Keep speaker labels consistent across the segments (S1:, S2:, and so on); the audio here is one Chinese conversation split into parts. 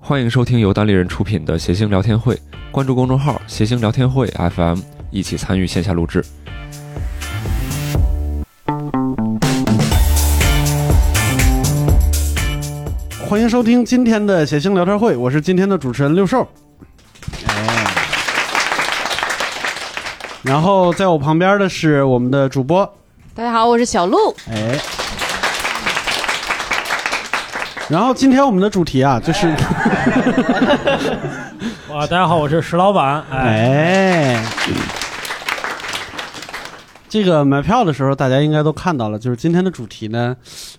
S1: 欢迎收听由单立人出品的《谐星聊天会》，关注公众号“谐星聊天会 FM”，一起参与线下录制。
S2: 欢迎收听今天的谐星聊天会，我是今天的主持人六兽。哎然后在我旁边的是我们的主播，
S3: 大家好，我是 小鹿。
S2: 哎。然后今天我们的主题啊，就是
S4: 啊，大家好，我是石老板。哎，
S2: 哎，这个买票的时候大家应该都看到了，就是今天的主题呢，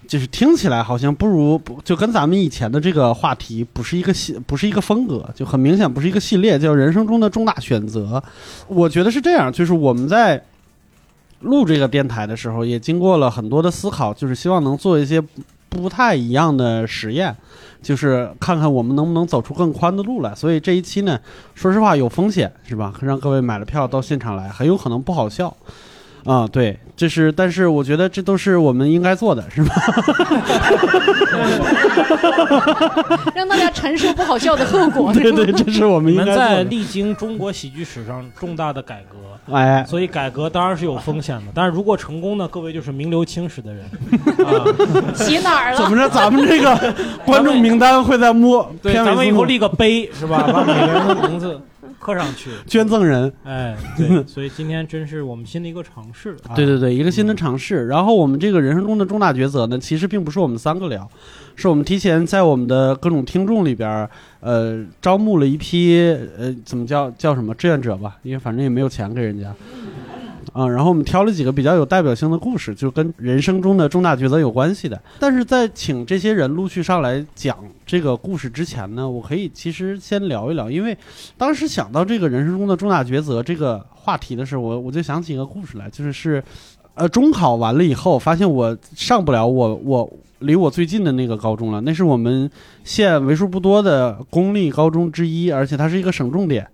S2: 就是听起来好像不如不就跟咱们以前的这个话题不是一个系不是一个风格，就很明显不是一个系列，叫人生中的重大选择。我觉得是这样，就是我们在。录这个电台的时候，也经过了很多的思考，就是希望能做一些不太一样的实验，就是看看我们能不能走出更宽的路来。所以这一期呢，说实话有风险是吧？让各位买了票到现场来，很有可能不好笑。啊、对，这是，但是我觉得这都是我们应该做的，是吧？
S3: 让大家承受不好笑的后 果。
S2: 对对，这是我们
S4: 你
S2: 应
S4: 们
S2: 该做
S4: 在
S2: 的。
S4: 历经中国喜剧史上重大的改革，
S2: 哎，
S4: 所以改革当然是有 风险的。但是如果成功呢，各位就是名留青史的人。啊
S3: 洗哪儿
S2: 怎
S3: 了？
S2: 么着？咱们这个 观众名单会在摸
S4: 对，
S2: 片
S4: 咱们
S2: 尾
S4: 以
S2: 字
S4: 后
S2: 幕
S4: 立个碑是 吧？把每个人的名字刻上去。
S2: 捐赠人。
S4: 哎，对，所以今天真是我们新的一个尝试。啊、
S2: 嗯对对对，一个新的尝试。然后我们这个人生中的重大抉择呢，其实并不是我们三个聊，是我们提前在我们的各种听众里边儿，呃，招募了一批呃，怎么叫叫什么志愿者吧，因为反正也没有钱给人家。啊、然后我们挑了几个比较有代表性的故事，就跟人生中的重大抉择有关系的。但是在请这些人陆续上来讲这个故事之前呢，我可以其实先聊一聊，因为当时想到这个人生中的重大抉择这个话题的时候，我我就想起一个故事来，就是是，呃，中考完了以后，发现我上不了我我离我最近的那个高中了，那是我们县为数不多的公立高中之一，而且它是一个省重点。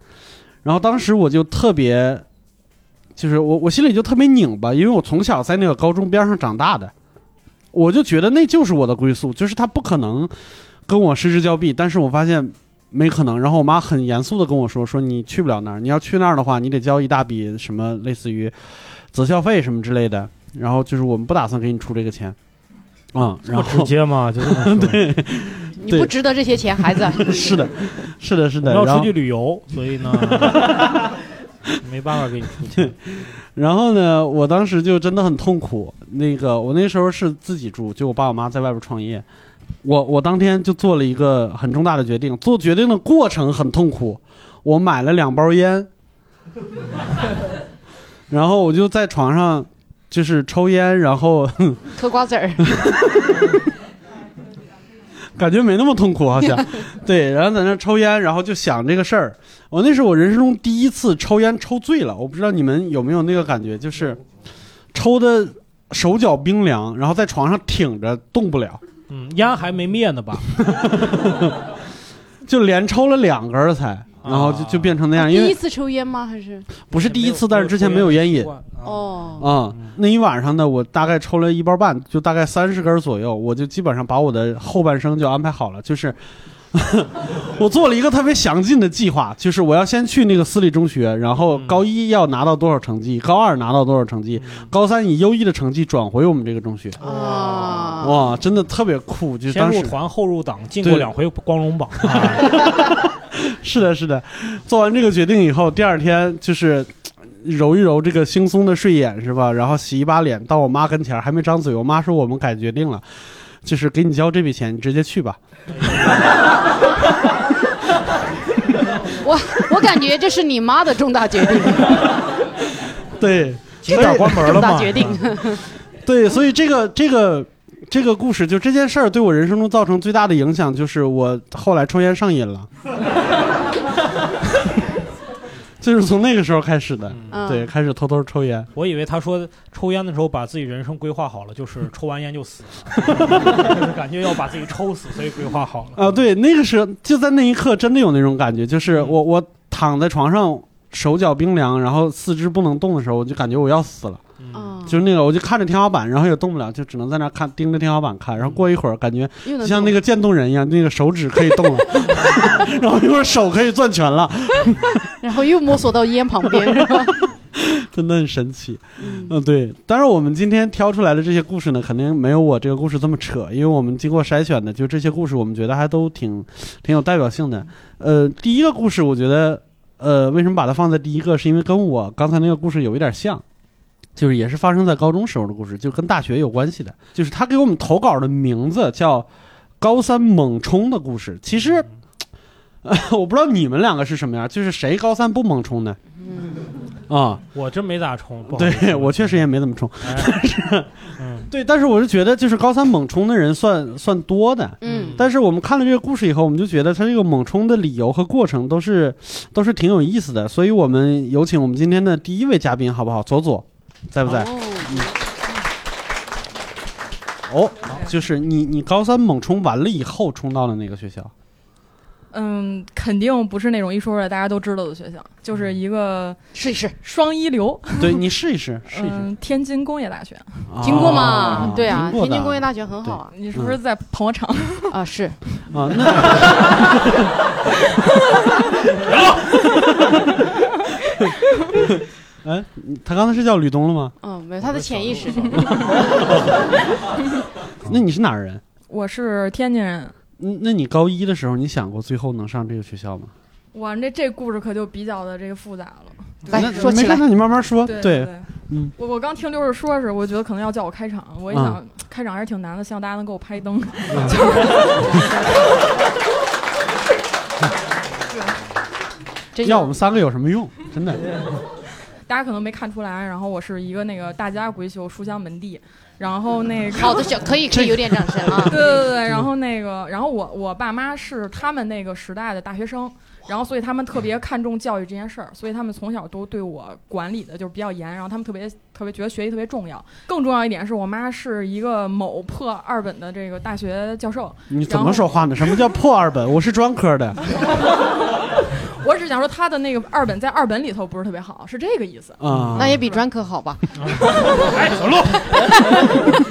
S2: 然后当时我就特别，就是我我心里就特别拧巴，因为我从小在那个高中边上长大的，我就觉得那就是我的归宿，就是它不可能跟我失之交臂。但是我发现没可能。然后我妈很严肃的跟我说：“说你去不了那儿，你要去那儿的话，你得交一大笔什么类似于择校费什么之类的。然后就是我们不打算给你出这个钱。”嗯，
S4: 这
S2: 然
S4: 么直
S2: 后
S4: 接嘛，就 这么说对，
S3: 你不值得这些钱，孩子。
S2: 是的，是 的，是的，
S4: 要
S2: 然后
S4: 出去旅游，所 以呢，没办法给你出钱。
S2: 然后呢，我当时就真的很痛苦。那个，我那时候是自己住，就我爸我妈在外边创业。我我当天就做了一个很重大的决定，做决定的过程很痛苦。我买了两包烟， 然后我就在床上就是抽烟，然后
S3: 嗑瓜子儿，
S2: 感觉没那么痛苦，好像对。然后在那抽烟，然后就想这个事儿。我那是我人生中第一次抽烟抽醉了，我不知道你们有没有那个感觉，就是抽的手脚冰凉，然后在床上挺着动不了，
S4: 嗯，烟还没灭呢吧？
S2: 就连抽了两根儿才，然后就
S4: 啊
S2: 就变成那样。
S3: 第
S2: 因
S3: 一
S2: 为
S3: 次抽烟吗？还是
S2: 不是第一次，但是之前没有烟瘾。
S4: 啊。
S3: 哦，
S2: 啊、
S4: 嗯
S2: 那一晚上呢，我大概抽了一包半，就大概三十根儿左右，我就基本上把我的后半生就安排好了，就是 我做了一个特别详尽的计划，就是我要先去那个私立中学，然后
S4: 嗯
S2: 高一要拿到多少成绩，高二拿到多少成绩，高三以优异的成绩转回我们这个中学，
S3: 哦啊，
S2: 哇，真的特别酷，就
S4: 先
S2: 当
S4: 入
S2: 时
S4: 团后入党，进过
S2: 对
S4: 两回光 荣榜。啊
S2: 是的，是的。做完这个决定以后，第二天就是嘖揉一揉这个惺忪的睡眼，是吧？然后洗一把脸，到我妈跟前儿还没张嘴，我妈说我们改决定了，就是给你交这笔钱，你直接去吧。
S3: 我我感觉这是你妈的重大决定，
S2: 对
S4: 几点关门
S3: 重
S4: 了嘛？
S3: 大决定。
S2: 对，所以这个这个。这个故事就这件事儿对我人生中造成最大的影响，就是我后来抽烟上瘾了，就是从那个时候开始的，
S3: 嗯
S2: 对，，开始偷偷抽烟。
S4: 我以为他说抽烟的时候把自己人生规划好了，就是抽完烟就死了， 就是感觉要把自己抽死，所以规划好了。
S2: 啊，对，那个时候就在那一刻，真的有那种感觉，就是
S4: 嗯
S2: 我我躺在床上，手脚冰凉，然后四肢不能动的时候，我就感觉我要死了。
S4: 嗯
S3: 啊，
S2: 就是那个我就看着天花板，然后也动不了，就只能在那儿看盯着天花板看。然后过一会儿感觉
S3: 又能
S2: 像那
S3: 个
S2: 个渐冻人一样，那个手指可以动了，然后一会儿手可以攥拳了，，
S3: 然后又摸索到烟旁边，是 吧？
S2: 真的很神奇。
S3: 嗯
S2: 嗯，对，当然我们今天挑出来的这些故事呢，肯定没有我这个故事这么扯，因为我们经过筛选的，就这些故事我们觉得还都挺挺有代表性的。呃，第一个故事我觉得，呃，为什么把它放在第一个，是因为跟我刚才那个故事有一点像。就是也是发生在高中时候的故事，就跟大学有关系的。就是他给我们投稿的名字叫《高三猛冲的故事》。其实，
S4: 嗯
S2: 我不知道你们两个是什么样，就是谁高三不猛冲呢？
S3: 嗯，
S2: 啊、
S4: 我真没咋冲，不好意思
S2: 对我确实也没怎么冲。
S4: 哎嗯，
S2: 对，但是我是觉得，就是高三猛冲的人算算多的。
S3: 嗯
S2: 但是我们看了这个故事以后，我们就觉得他这个猛冲的理由和过程都是都是挺有意思的，所以我们有请我们今天的第一位嘉宾，好不好？左左，在不在？
S3: 哦
S2: 哦，就是你，你高三猛冲完了以后冲到了哪个学校？
S5: 嗯，肯定不是那种一说出来大家都知道的学校，就是一个
S3: 试一试，
S2: 哦
S5: 双一流。
S2: 对你试一试，试一试。
S5: 嗯，天津工业大学，
S3: 听过
S2: 啊
S3: 吗？对啊，
S2: 听过
S3: 天
S2: 的嗯
S3: 津工业大学很好啊
S5: 你是不是在捧我场？
S3: 啊，是
S2: 啊，那哎，他刚才是叫吕东了吗？
S3: 嗯，没有他的潜 意识，
S2: 那你是哪儿人？
S5: 我是天津人。
S2: 嗯，那你高一的时候，你想过最后能上这个学校吗？
S5: 哇，这这故事可就比较的这个复杂了。
S3: 来
S2: 那
S3: 说起
S2: 没事
S3: 来
S2: 那你慢慢说。
S5: 哎对
S2: 嗯，
S5: 我我刚听刘志说是，我觉得可能要叫我开场，我一想、嗯开场还是挺难的，希望大家能给我拍 灯。
S3: 真
S2: 要我们三个有什么用？真的，
S5: 大家可能没看出来，然后我是一个那个大家闺秀，书香门第，然后 那个
S3: 好的，哦小可以可以有点掌声 啊，
S5: 对对对，然后那个，然后我我爸妈是他们那个时代的大学生，然后所以他们特别看重教育这件事儿，所以他们从小都对我管理的就是比较严，然后他们特别特别觉得学习特别重要。更重要一点是我妈是一个某破二本的这个大学教授，
S2: 你怎么说话呢？什么叫破二本？我是专科的。
S5: 我只想说她的那个二本在二本里头不是特别好，是这个意思。
S2: 啊，
S3: 那也比专科好吧？
S4: 哎，小鹿，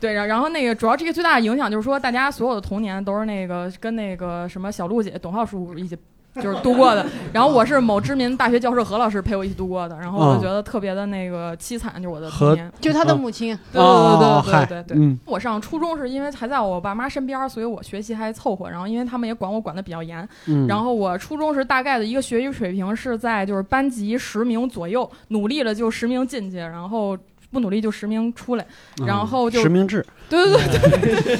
S5: 对，然然后那个主要这个最大的影响就是说，大家所有的童年都是那个跟那个什么小璐姐、董浩叔叔一起就是度过的。然后我是某知名大学教授何老师陪我一起度过的，然后我就
S2: 嗯
S5: 觉得特别的那个凄惨，就是我的童年。
S3: 就他的母亲，
S5: 对
S2: 哦
S5: 对对对对
S2: 嗨
S5: 对对。
S2: 嗯
S5: 我上初中是因为还在我爸妈身边儿，所以我学习还凑合。然后因为他们也管我管得比较严，
S2: 嗯，
S5: 然后我初中时大概的一个学习水平是在就是班级十名左右，努力了就十名进去，然后不努力就十名出来。
S2: 嗯
S5: 然后就
S2: 实名制
S5: 对对对对，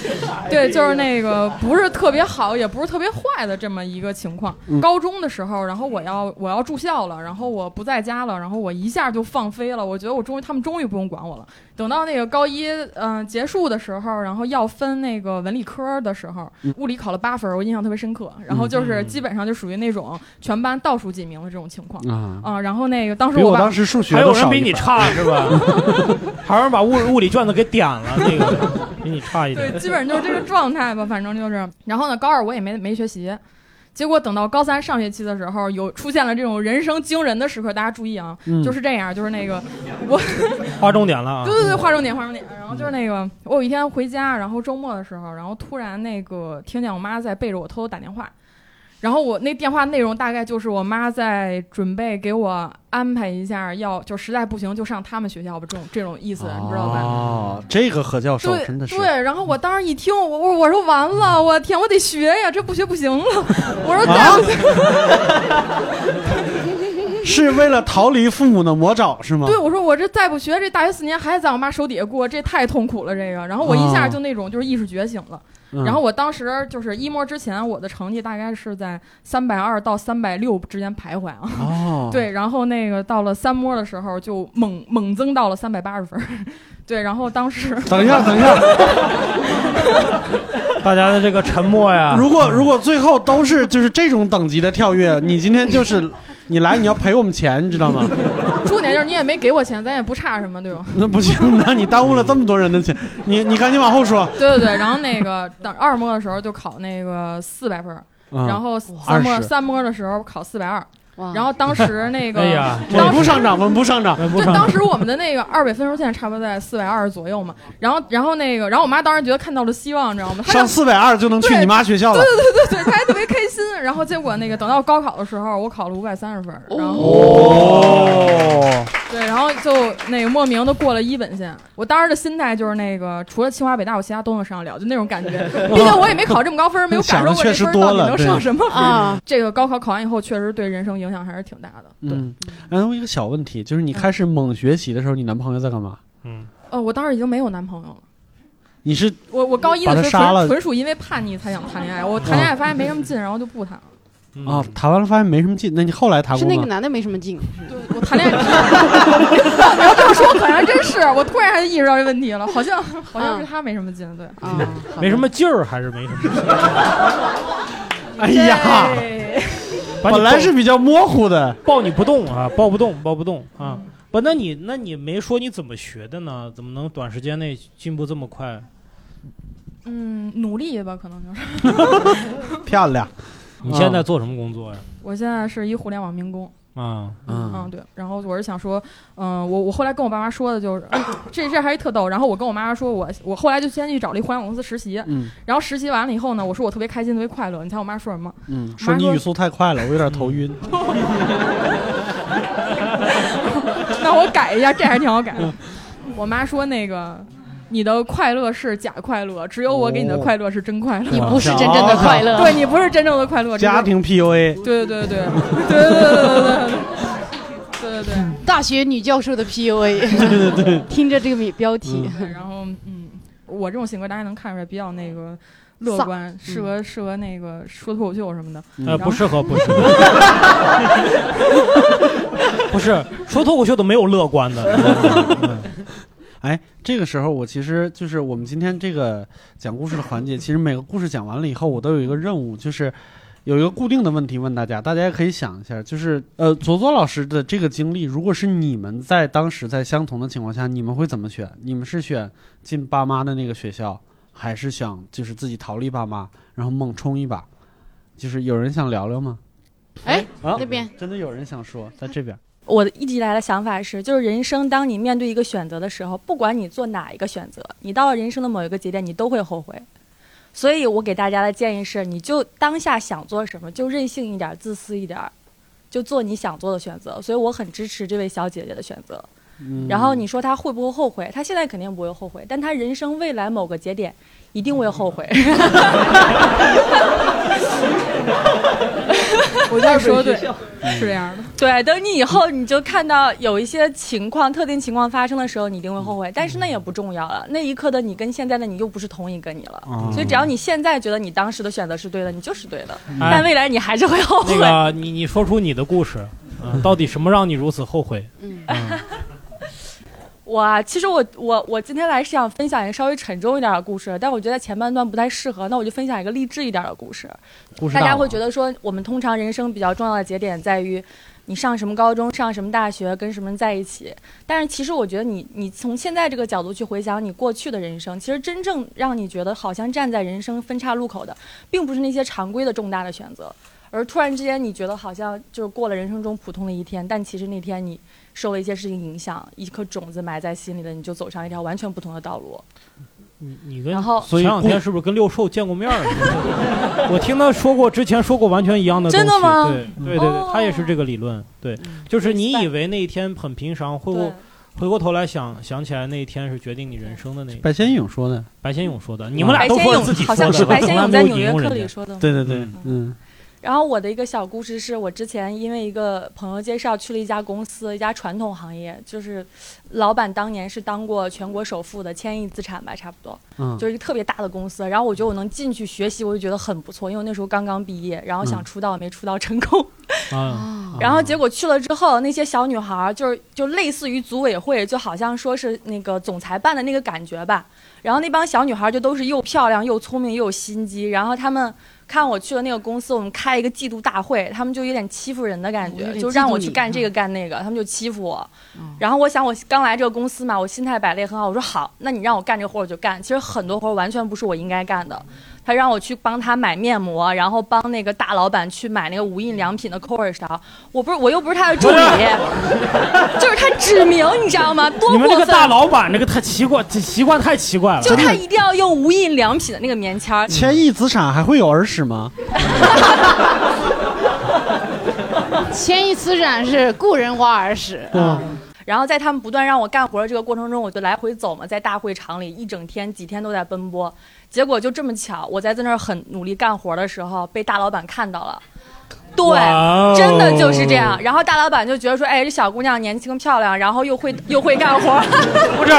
S5: 对，就是那个不是特别好，也不是特别坏的这么一个情况。
S2: 嗯
S5: 高中的时候，然后我要我要住校了，然后我不在家了，然后我一下就放飞了。我觉得我终于他们终于不用管我了。等到那个高一嗯、呃结束的时候，然后要分那个文理科的时候
S2: 嗯，
S5: 物理考了八分，我印象特别深刻。然后就是基本上就属于那种全班倒数几名的这种情况
S2: 啊，
S5: 啊、然后那个当时
S2: 比我
S5: 爸
S2: 当时数 学
S4: 还有
S2: 都
S4: 人
S2: 少
S4: 比
S2: 一
S4: 你
S2: 半
S4: 差 是吧？还有人把物物理卷子给点了，那个比你差一点。
S5: 对，基本就是这个状态吧，反正就是。然后呢，高二我也没没学习，结果等到高三上学期的时候，有出现了这种人生惊人的时刻。大家注意啊，
S2: 嗯
S5: 就是这样，就是那个，
S4: 划重点了啊
S5: 对！对对，划重点，划重点。然后就是那个，我有一天回家，然后周末的时候，然后突然那个听见我妈在背着我偷偷打电话。然后我那电话内容大概就是我妈在准备给我安排一下，要就实在不行就上他们学校吧，这种这种意思，你知道吧？
S2: 哦，这个何教授
S5: 对
S2: 真的是
S5: 对，然后我当时一听，我我我说完了，我天，我得学呀，这不学不行了。我说再
S2: 啊
S5: 不学，，
S2: 是为了逃离父母的魔爪是吗？
S5: 对我说我这再不学，这大学四年还在我妈手底下过，这太痛苦了。这个，然后我一下
S2: 哦
S5: 就那种就是意识觉醒了。
S2: 嗯，
S5: 然后我当时就是一模之前，我的成绩大概是在三百二到三百六之间徘徊啊。
S2: 哦，
S5: 对，然后那个到了三模的时候，就猛猛增到了三百八十分儿。 对，然后当时
S2: 等一下，等一下，
S4: 大家的这个沉默呀，
S2: 如果如果最后都是就是这种等级的跳跃，你今天就是你来你要赔我们钱，你知道吗？
S5: 重点就是你也没给我钱，咱也不差什么，对吧？
S2: 那不行，那你耽误了这么多人的钱，你你赶紧往后说。
S5: 对对对，然后那个等二模的时候就考那个四百分儿，
S2: 嗯
S5: 然后
S2: 二
S5: 三模
S2: 十
S5: 三模的时候考四百二，
S3: 哇
S6: 然后当时 那个，
S4: 哎呀
S2: 稳
S6: 当
S2: 步
S6: 时
S2: 上涨，稳步上涨。
S4: 呃不
S6: 就是当时我们的那个二北分数线差不多在四百二十左右嘛，然后然后那个，然后我妈当时觉得看到了希望，你知道吗？她
S2: 上
S6: 就
S2: 四百二就能去
S6: 对
S2: 你妈学校了，
S6: 对对，她还特别开心。然后结果那个等到高考的时候，我考了五百三十分，然后、
S2: 哦，
S6: 对，然后就那个莫名的过了一本线。我当时的心态就是那个，除了清华北大，我其他都能上得了，就那种感觉。 毕竟我也没考这么高分，没有感受过这分儿到底能上什 么。
S3: 啊，
S6: 这个高考考完以后，确实对人生影响还是挺大的。对，
S2: 嗯，然后一个小问题，就是你开始猛学习的时候，你男朋友在干嘛？
S4: 嗯，
S6: 呃，我当时已经没有男朋友了。
S2: 你是
S6: 我我高一的
S2: 把他
S6: 时候
S2: 杀了嗯
S6: 纯纯属因为叛逆才想谈恋爱，我谈恋爱发现没什么劲，然后就不谈了。
S4: 嗯
S2: 啊，谈完了发现没什么劲，那你后来谈
S3: 是
S2: 过
S3: 那个
S2: 吗？
S3: 男的没什么劲，
S6: 对我谈恋爱， 你要这么说好像真是，我突然还意识到这问题了，好像好像
S2: 嗯
S6: 是他没什么劲，对。
S3: 啊，好
S4: 没
S3: 的
S4: 什么劲儿，还是没什么。
S2: 哎呀，
S6: 对，
S4: 把你
S2: 本来是比较模糊的，
S4: 抱你不动啊，抱不动，抱不动啊。不，那你那你没说你怎么学的呢？怎么能短时间内进步这么快？
S6: 嗯，努力吧，可能就是。
S2: 漂亮。
S4: 你现在做什么工作呀？
S6: 我现在是一互联网民工，
S4: 啊，
S2: 嗯，
S6: 对。然后我是想说，嗯、我我后来跟我爸妈说的就是，这事儿还是特逗。然后我跟我妈妈说我，我后来就先去找了一互联网公司实习，
S2: 嗯
S6: 然后实习完了以后呢，我说我特别开心，特别快乐。你猜我妈说什么？
S2: 嗯，说你语速太快了，我有点头晕。
S3: 嗯
S6: 那我改一下，这还挺好改。我妈说那个。你的快乐是假快乐，只有我给你的快乐是真快乐。
S3: 你不是真正的快乐，
S6: 对你不是真正的快乐。
S2: 家
S3: 嗯
S2: 庭 PUA，
S6: 对对对对对对对对对对对。
S3: 大学女教授的 PUA，对对对， 听着这个标题，
S6: 对，然后嗯，我这种性格大家能看出来，比较那个乐
S3: 丧
S5: 嗯
S6: 观，适合适合那个说脱口秀什么的。
S4: 呃，不适合，不适合， 不是说脱口秀的没有乐观的，
S2: 哎，这个时候我其实就是我们今天这个讲故事的环节，其实每个故事讲完了以后，我都有一个任务，就是有一个固定的问题问大家，大家也可以想一下，就是呃，左左老师的这个经历，如果是你们在当时在相同的情况下，你们会怎么选？你们是选进爸妈的那个学校，还是想就是自己逃离爸妈，然后猛冲一把？就是有人想聊聊吗？
S3: 哎，
S2: 啊
S3: 那边
S2: 真的有人想说，在这边，
S5: 我一直以来的想法是，就是人生，当你面对一个选择的时候，不管你做哪一个选择，你到了人生的某一个节点，你都会后悔。所以我给大家的建议是，你就当下想做什么，就任性一点，自私一点，就做你想做的选择。所以我很支持这位小姐姐的选择。
S2: 嗯
S5: 然后你说她会不会后悔？她现在肯定不会后悔，但她人生未来某个节点一定会后悔。
S6: 我觉得说对，
S4: 嗯
S6: 是这样的。
S5: 对，等你以后你就看到有一些情况、特定情况发生的时候，你一定会
S4: 嗯
S5: 后悔。但是那也不重要了，那一刻的你跟现在的你又不是同一个你了。
S2: 哦
S5: 所以只要你现在觉得你当时的选择是对的，你就是对的。
S4: 嗯哎
S5: 但未来你还是会后悔。
S4: 那个你你说出你的故事，嗯到底什么让你如此后悔？
S3: 嗯，
S5: 我啊，其实我我我今天来是想分享一个稍微沉重一点的故事，但我觉得前半段不太适合，那我就分享一个励志一点的故事。
S4: 故事
S5: 大家会
S4: 得
S5: 觉得说，我们通常人生比较重要的节点在于你上什么高中、上什么大学、跟什么人在一起。但是其实我觉得你，你从现在这个角度去回想你过去的人生，其实真正让你觉得好像站在人生分岔路口的，并不是那些常规的重大的选择，而突然之间你觉得好像就是过了人生中普通的一天，但其实那天你受了一些事情影响，一颗种子埋在心里的，你就走上一条完全不同的道路。
S4: 你你跟
S5: 然后
S4: 前两天是不是跟六兽见过面儿？我听他说过，之前说过完全一样的东西。
S5: 真的吗
S4: 对对对对
S5: 哦，嗯
S4: 他也是这个理论。对，就是你以为那一天很平常，回
S5: 对
S4: 过。回过头来想想起来，那一天是决定你人生的那一天。
S2: 白先勇说的，
S4: 白先勇说的，你们俩
S5: 白
S4: 都
S5: 先
S4: 说
S5: 勇
S4: 自己
S5: 好
S4: 说
S5: 像是
S4: 的，
S5: 白
S4: 从
S5: 先
S4: 来
S5: 勇
S4: 没
S5: 在
S4: 有
S5: 《纽
S4: 引
S5: 约
S4: 用
S5: 客》
S4: 人
S5: 里
S4: 家。
S5: 说的吗？
S2: 对对对，嗯
S5: 然后我的一个小故事是我之前因为一个朋友介绍去了一家公司，一家传统行业，就是老板当年是当过全国首富的千亿资产吧，差不多，
S2: 嗯，
S5: 就是一个特别大的公司。然后我觉得我能进去学习，我就觉得很不错，因为我那时候刚刚毕业，然后想出道没出道成功。
S4: 啊，
S5: 然后结果去了之后，那些小女孩儿就是就类似于组委会，就好像说是那个总裁办的那个感觉吧。然后那帮小女孩儿就都是又漂亮又聪明又有心机。然后她们看我去了那个公司，我们开一个季度大会，她们就有点欺负人的感
S3: 哦有
S5: 觉，
S3: 点
S5: 就让我
S3: 嫉妒
S5: 去
S3: 你嗯
S5: 干这个干那个，她们就欺负我。然后我想，我刚来这个公司嘛，我心态摆的也很好。我说好，那你让我干这个活儿我就干。其实很多活儿完全不是我应该干的，他让我去帮他买面膜，然后帮那个大老板去买那个无印良品的抠耳勺。我不是，我又不是他的 助理，就是他指明，你知道吗？ 多
S4: 你们这
S5: 过
S4: 个
S5: 分！
S4: 大老板这个太奇怪，这习惯太奇怪了。
S5: 就他一定要用无印良品的那个棉签儿。
S2: 千亿资产还会有耳屎吗？
S3: 千亿资产是故人挖耳屎，
S2: 嗯
S5: 然后在他们不断让我干活的这个过程中，我就来回走嘛，在大会场里一整天几天都在奔波。结果就这么巧，我在在那儿很努力干活的时候，被大老板看到了。对
S4: 哇哦，
S5: 真的就是这样。然后大老板就觉得说，哎，这小姑娘年轻漂亮，然后又会又会干活，
S4: 不是，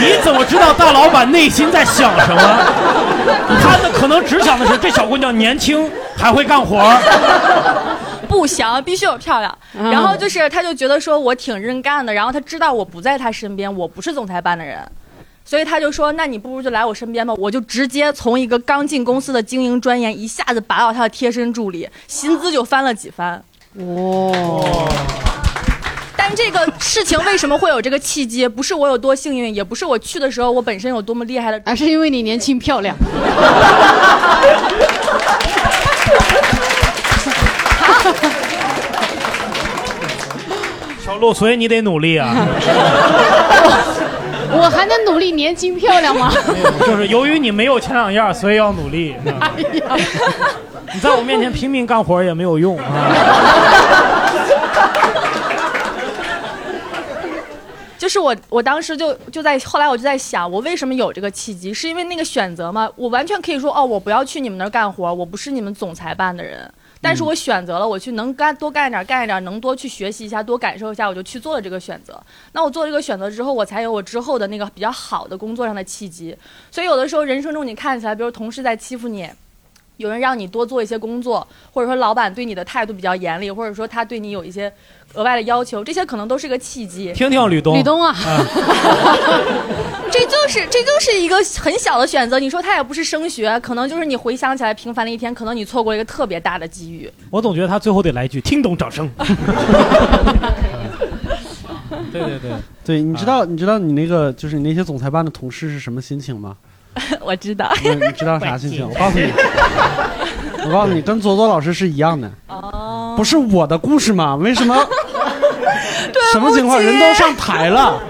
S4: 你怎么知道大老板内心在想什么？他的可能只想的是这小姑娘年轻还会干活儿。
S5: 不行，必须有漂亮。
S3: 嗯
S5: 然后就是，他就觉得说我挺认干的，然后他知道我不在他身边，我不是总裁办的人，所以他就说，那你不如就来我身边吧。我就直接从一个刚进公司的经营专员，一下子拔到他的贴身助理，薪资就翻了几番。
S3: 哇，
S5: 但这个事情为什么会有这个契机？不是我有多幸运，也不是我去的时候我本身有多么厉害的。
S3: 还啊是因为你年轻漂亮。
S4: 小鹿，所以你得努力 啊！
S3: 我还能努力年轻漂亮吗？
S4: 就是由于你没有前两样，所以要努力。你在我面前拼命干活也没有用啊！
S5: 就是我，我当时就就在后来我就在想，我为什么有这个契机？是因为那个选择吗？我完全可以说，哦，我不要去你们那儿干活，我不是你们总裁办的人。但是我选择了，我去能干多干一点，干一点，能多去学习一下，多感受一下，我就去做了这个选择。那我做了这个选择之后，我才有我之后的那个比较好的工作上的契机。所以有的时候人生中你看起来，比如同事在欺负你，有人让你多做一些工作，或者说老板对你的态度比较严厉，或者说他对你有一些额外的要求，这些可能都是个契机。
S4: 听听吕东，
S3: 吕东啊，
S5: 这就是这就是一个很小的选择。你说他也不是升学，可能就是你回想起来平凡的一天，可能你错过了一个特别大的机遇。
S4: 我总觉得他最后得来一句“听懂掌 声”。对对对，
S2: 对，你知道你知道你那个就是你那些总裁办的同事是什么心情吗？
S5: 我知道。
S2: 你你知道啥心情？我告 诉你，我告诉你，跟左左老师是一样的。
S5: 哦，
S2: 不是我的故事吗？为什么？
S5: 啊
S2: 什么情况？人都上台了，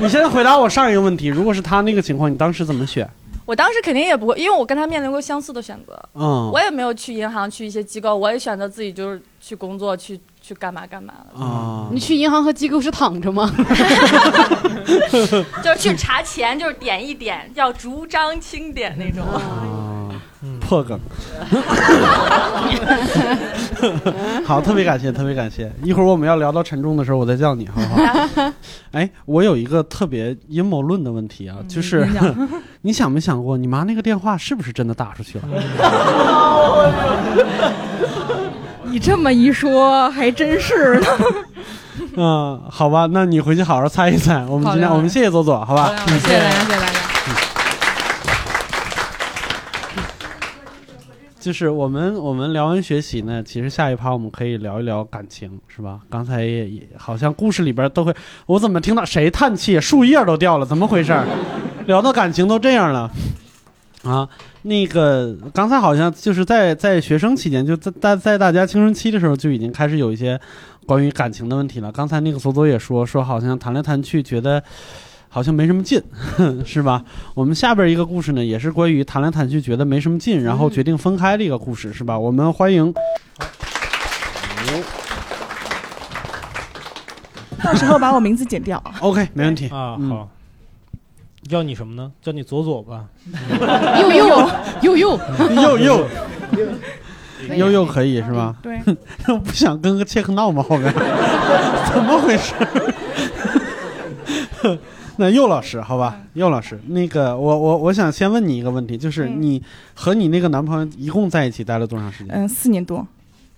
S2: 你先回答我上一个问题。如果是他那个情况，你当时怎么选？
S5: 我当时肯定也不会，因为我跟他面临过相似的选择，
S2: 嗯，
S5: 我也没有去银行，去一些机构，我也选择自己就是去工作，去去干嘛干嘛了，
S2: 啊
S3: 你，去银行和机构是躺着吗？
S5: 就是去查钱，就是点一点，要逐章清点那种。
S2: 破 梗。好，特别感谢，特别感谢。一会儿我们要聊到沉重的时候，我再叫你，好不好？ 哎，我有一个特别阴谋论的问题啊，
S7: 嗯
S2: 就是、 你想没想过，你妈那个电话是不是真的打出去了？
S7: 你这么一说，还真是呢。
S2: 嗯，好吧，那你回去好好猜一猜。我们今天
S7: 好嘞
S2: 我们谢谢左左，好
S8: 啊
S2: 吧？
S7: 谢谢大家，谢谢大家。
S2: 就是我们我们聊完学习呢，其实下一趴我们可以聊一聊感情，是吧？刚才也也好像故事里边都会，我怎么听到谁叹气，树叶都掉了，怎么回事儿？聊到感情都这样了。啊，那个刚才好像就是在在学生期间，就在在在大家青春期的时候就已经开始有一些关于感情的问题了。刚才那个索索也说说，好像谈来谈去觉得好像没什么劲， 是吧？我们下边一个故事呢，也是关于谈来谈去觉得没什么劲，然后决定分开的一个故事，是吧？我们欢迎
S8: 到时候把我名字剪掉。
S2: ，OK，没问 题。
S4: 啊，
S2: 嗯
S4: 好，叫你什么呢？叫你左左吧。
S3: 呦呦呦呦，
S2: 又又又又可以是吧？
S8: 对，
S2: 我不想跟个切克闹吗？后面 怎么回事？ 那佑老师，好吧，佑老师，那个我我我想先问你一个问题，就是
S8: 嗯
S2: 你和你那个男朋友一共在一起待了多长时间？
S8: 嗯，四年多。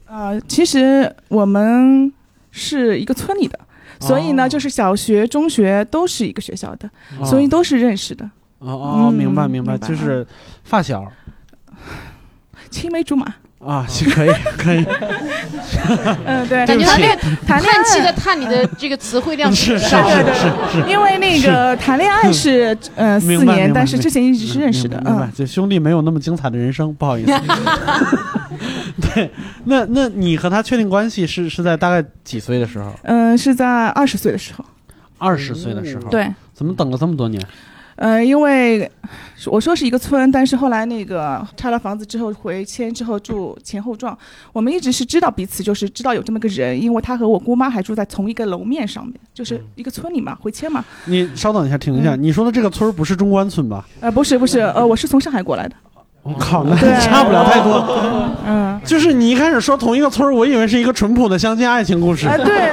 S8: 呃，其实我们是一个村里的，所以
S2: 哦
S8: 呢，就是小学、中学都是一个学校的，
S2: 哦
S8: 所以
S4: 啊
S8: 都是认识的，
S2: 哦哦，哦
S8: 嗯
S2: 明白明
S8: 明白
S2: 白，就是发小
S8: 青梅竹马。
S2: 啊，行可以可以，
S9: 嗯，对，
S3: 感觉他
S9: 谈
S3: 这
S9: 恋
S3: 个
S9: 谈恋
S3: 叹气的
S9: 爱
S3: 叹，你的这个词汇量
S2: 是是
S3: 少。
S2: 是
S9: 对
S2: 是是，嗯
S9: 因为那个谈恋爱是呃
S2: 明
S9: 四
S2: 白明
S9: 年，
S2: 白
S9: 但是之前一直
S2: 明
S9: 是
S2: 白
S9: 认识的，
S2: 明白
S9: 嗯，，
S2: 这兄弟没有那么精彩的人生，不好 意思。对，那那你和他确定关系是是在大概几岁的时候？
S9: 嗯，是在二十岁的时候，
S2: 二十岁的时候。，
S9: 嗯对，
S2: 怎么等了这么多年？
S9: 呃，因为是我说是一个村，但是后来那个拆了房子之后回迁之后住前后庄，我们一直是知道彼此，就是知道有这么个人，因为他和我姑妈还住在同一个楼面上面，
S2: 嗯
S9: 就是一个村里嘛，回迁嘛。
S2: 你稍等一下，停一下。
S9: 嗯
S2: 你说的这个村儿不是中关村吧？
S9: 呃，不是不是，呃，我是从上海过来的，
S2: 我靠，那
S9: 对
S2: 差不了太多。
S9: 嗯，
S2: 啊 就是你一开始说同一个村儿，我以为是一个淳朴的乡间爱情故事
S9: 啊、。对，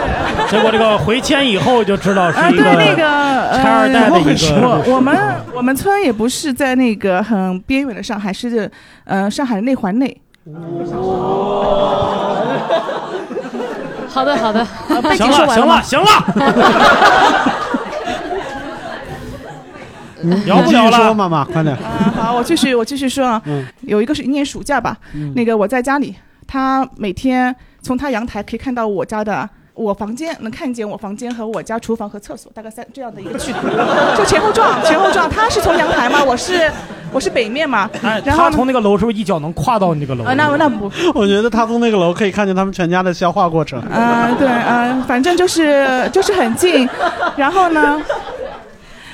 S4: 结果这个回迁以后就知道
S9: 啊，
S4: 是一
S9: 对那
S4: 个
S9: 个呃，
S4: 拆二代的一个，
S9: 我我们我们村也不是在那个很边缘的上海，是呃上海内环内，
S3: 好的好的，
S9: 啊 背景
S4: 行
S9: 说
S4: 了
S9: 完了
S4: 行
S9: 吗
S4: 了？行 了，
S9: 哎
S2: 你
S4: 聊不
S2: 你继续
S4: 了了
S2: 说妈妈，快 点。
S9: 啊，好，我继续，我继续说啊。
S2: 嗯
S9: 有一个是一年暑假吧，
S4: 嗯
S9: 那个我在家里，他每天从他阳台可以看到我家的。我房间能看见我房间和我家厨房和厕所大概三这样的一个距离， 就前后撞前后撞，他是从阳台嘛，我是我是北面嘛，
S4: 哎，
S9: 然后
S4: 他
S9: 呢
S4: 从那个楼是不是一脚能跨到你这个楼？
S9: 呃那那不
S2: 我觉得他从那个楼可以看见他们全家的消化过程。
S9: 啊、对啊、反正就是就是很近，然后呢，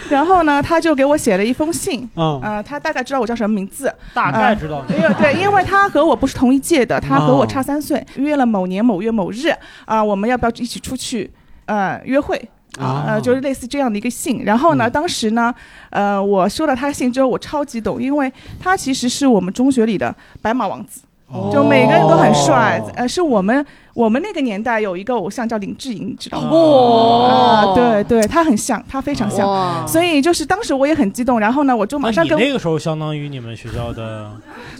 S9: 然后呢，他就给我写了一封信，
S2: 嗯
S9: 呃，他大概知道我叫什么名字，
S4: 大概知道。
S9: 因为对，因为他和我不是同一届的，他和我差三岁，约了某年某月某日啊、我们要不要一起出去呃约会？
S2: 啊
S9: 呃，就是类似这样的一个信。然后呢，当时呢，呃，我收到他信之后，我超级懂，因为他其实是我们中学里的白马王子，
S2: 哦
S9: 就每个人都很帅。
S4: 哦
S9: 呃，是我们我们那个年代有一个偶像叫林志颖，你知道吗？
S4: 哦
S9: 啊、
S3: 哇，
S9: 对对，他很像，他非常像。
S3: 哇，
S9: 所以就是当时我也很激动，然后呢，我就马
S4: 那
S9: 上
S4: 你
S9: 跟
S4: 哦那个时候相当于你们学校的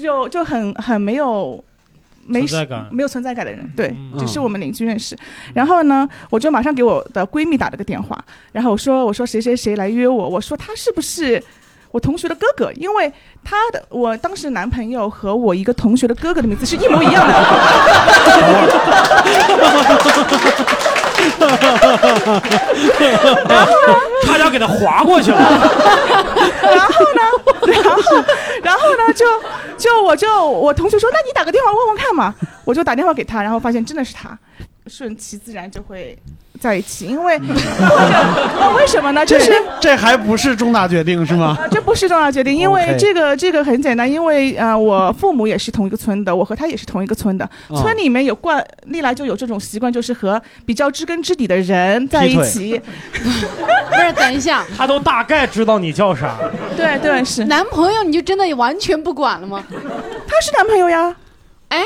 S9: 就就很很没有没
S4: 存在感，
S9: 没有存在感的人，对，
S4: 嗯
S9: 只是我们邻居认识。然后呢，我就马上给我的闺蜜打了个电话，然后我说我说谁谁谁来约我，我说他是不是我同学的哥哥？因为他的我当时男朋友和我一个同学的哥哥的名字是一模一样的。
S4: 差点给他划过去了。
S9: 然后呢，然后然后呢，就就我就我同学说，那你打个电话问问看嘛，我就打电话给他，然后发现真的是他，顺其自然就会。在一起，因为 那为什么呢？就
S2: 嗯这
S9: 是
S2: 这还不是重大决定是吗？
S9: 啊，这不是重要决定，因为
S2: OK
S9: 这个这个很简单，因为呃，我父母也是同一个村的，我和他也是同一个村的，
S2: 哦
S9: 村里面有惯，历来就有这种习惯，就是和比较知根知底的人在
S2: 劈
S9: 一
S2: 腿
S9: 起。
S3: 不是，等一下，
S4: 他都大概知道你叫啥，
S9: 对对是，
S3: 男朋友你就真的完全不管了吗？
S9: 他是男朋友呀，
S3: 哎，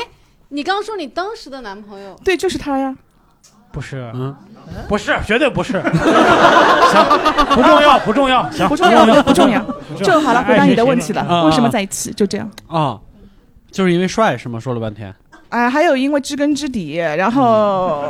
S3: 你刚说你当时的男朋友，
S9: 对，就是他呀。
S4: 不是，
S2: 嗯
S4: 不是，绝对不 是。行，不重要，不重要，行，
S9: 不 重要，不重要。就好了，
S4: 哎
S9: 回答你的问题
S2: 啊
S9: 了，为什么在一起？就这样。
S2: 啊，就是因为帅是吗？说了半天，
S9: 啊、还有因为知根知底，然 后，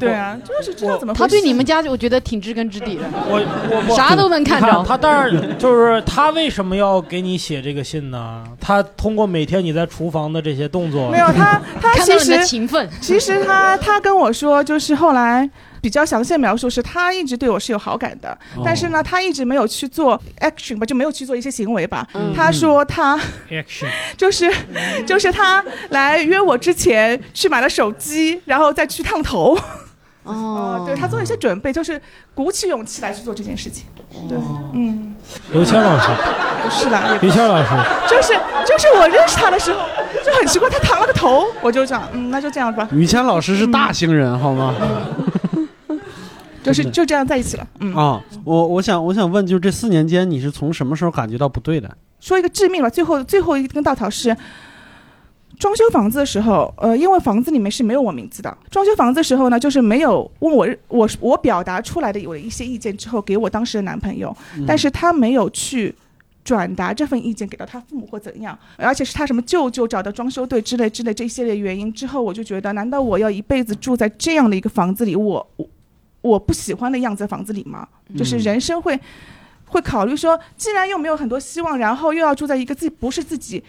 S9: 对啊，就是知道怎么回事。
S3: 他对你们家我觉得挺知根知底的，
S4: 我我我
S3: 啥都能
S4: 你
S3: 看
S4: 看
S3: 着。
S4: 他，但是就是他为什么要给你写这个信呢？他通过每天你在厨房的这些动作
S9: 没，有他，他
S3: 看到
S9: 其
S3: 了你
S9: 实
S3: 的勤奋，
S9: 其实他他跟我说，就是后来比较详细的描述是他一直对我是有好感的，但是呢，他一直没有去做 action 吧，就没有去做一些行为吧。
S3: 嗯
S9: 他说他
S4: action
S9: 就是 就是他来约我之前去买了手机，然后再去烫头。
S3: 哦
S9: 哦，，对他做了一些准备，就是鼓起勇气来去做这件事情。对，嗯，
S4: 刘谦老师，
S9: 不是啦，也
S4: 刘谦老师，
S9: 就是就是我认识他的时候就很奇怪，他烫了个头，我就想，嗯，那就这样吧，
S2: 于谦老师是大型人好吗？
S9: 就是就这样在一起了。嗯，
S2: 啊，我我想我想问，就是这四年间，你是从什么时候感觉到不对的？
S9: 说一个致命吧，最后最后一根稻草是。装修房子的时候，呃，因为房子里面是没有我名字的。装修房子的时候呢，就是没有问我我我表达出来的我的一些意见之后，给我当时的男朋友，但是他没有去转达这份意见给到他父母或怎样，而且是他什么舅舅找的装修队之类之类这一系列原因之后，我就觉得，难道我要一辈子住在这样的一个房子里，我我我不喜欢的样子的房子里吗？就是人生会会考虑说，既然又没有很多希望，然后又要住在一个自己不是自己。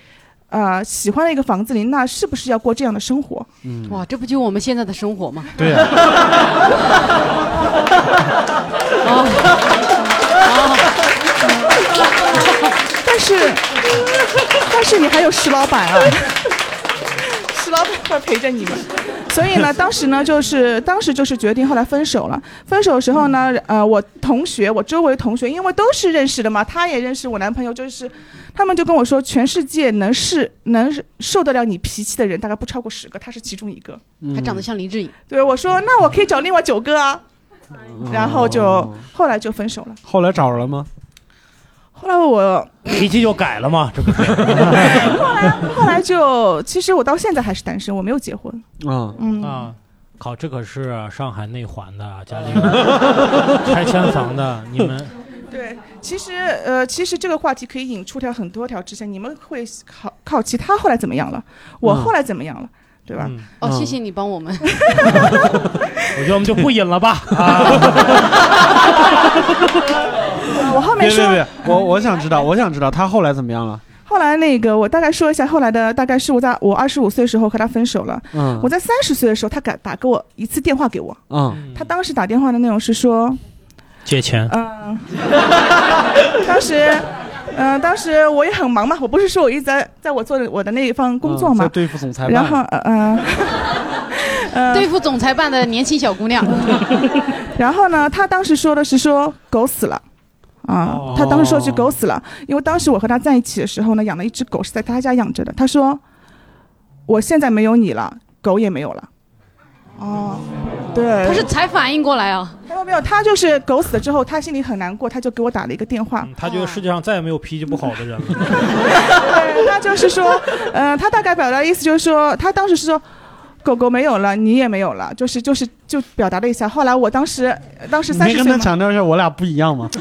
S9: 呃喜欢了一个房子里，那是不是要过这样的生活？
S2: 嗯，
S3: 哇，这不就我们现在的生活吗？
S2: 对呀、
S9: 但是，但是你还有石老板啊，石老板会陪着你们。所以呢，当时呢，就是当时就是决定，后来分手了。分手的时候呢，呃，我同学，我周围同学，因为都是认识的嘛，他也认识我男朋友，就是他们就跟我说，全世界能是能受得了你脾气的人，大概不超过十个，他是其中一个。
S2: 嗯
S3: 还
S9: 嗯
S3: 长得像林志颖，
S9: 对我说，那我可以找另外九个啊。
S2: 嗯
S9: 然后就后来就分手了。
S2: 哦后来找着了吗？
S9: 后来我
S4: 脾气就改了嘛，这不是？
S9: 后来就，其实我到现在还是单身，我没有结婚。
S2: 啊、
S9: 嗯，
S4: 啊，靠，这可是上海内环的，啊家里拆迁房的，你们
S9: 对，其实呃，其实这个话题可以引出条很多条支线。你们会好好奇他后来怎么样了，我后来怎么样了， 对吧？
S4: 嗯
S3: 哦，
S2: 嗯
S3: 谢谢你帮我们。
S4: 我觉得我们就不引了 吧。
S9: 呃我后面
S2: 别
S9: 说
S2: 别别，我我想知道，我想知道他后来怎么样了？
S9: 后来那个，我大概说一下后来的，大概是我在我二十五岁的时候和他分手了。
S2: 嗯，
S9: 我在三十岁的时候，他敢打给我一次电话给我。
S2: 嗯
S9: 他当时打电话的内容是说，
S4: 借钱，
S9: 嗯，当时，嗯、当时我也很忙嘛，我不是说我一直在在我做的我的那一方工作
S2: 嗯
S9: 嘛
S2: 在，对付总裁办，
S9: 然后，呃呃， 呃
S3: 对付总裁办的年轻小姑娘，
S9: 嗯然后呢，他当时说的是说狗死了。啊、
S2: 哦
S9: 他当时说句狗死了，因为当时我和他在一起的时候呢，养了一只狗是在他家养着的。他说，我现在没有你了，狗也没有了。哦，对，
S3: 可是才反应过来啊，
S9: 他说没有，他就是狗死了之后，他心里很难过，他就给我打了一个电话。
S4: 嗯他觉得世界上再也没有脾气不好的人了。
S9: 对，他就是说，呃，他大概表达的意思就是说，他当时是说，狗狗没有了，你也没有了，就是就是就表达了一下。后来我当时当时
S2: 你
S9: 三
S2: 没
S9: 十
S2: 跟
S9: 岁
S2: 他
S9: 嘛，
S2: 强调一下我俩不一样吗？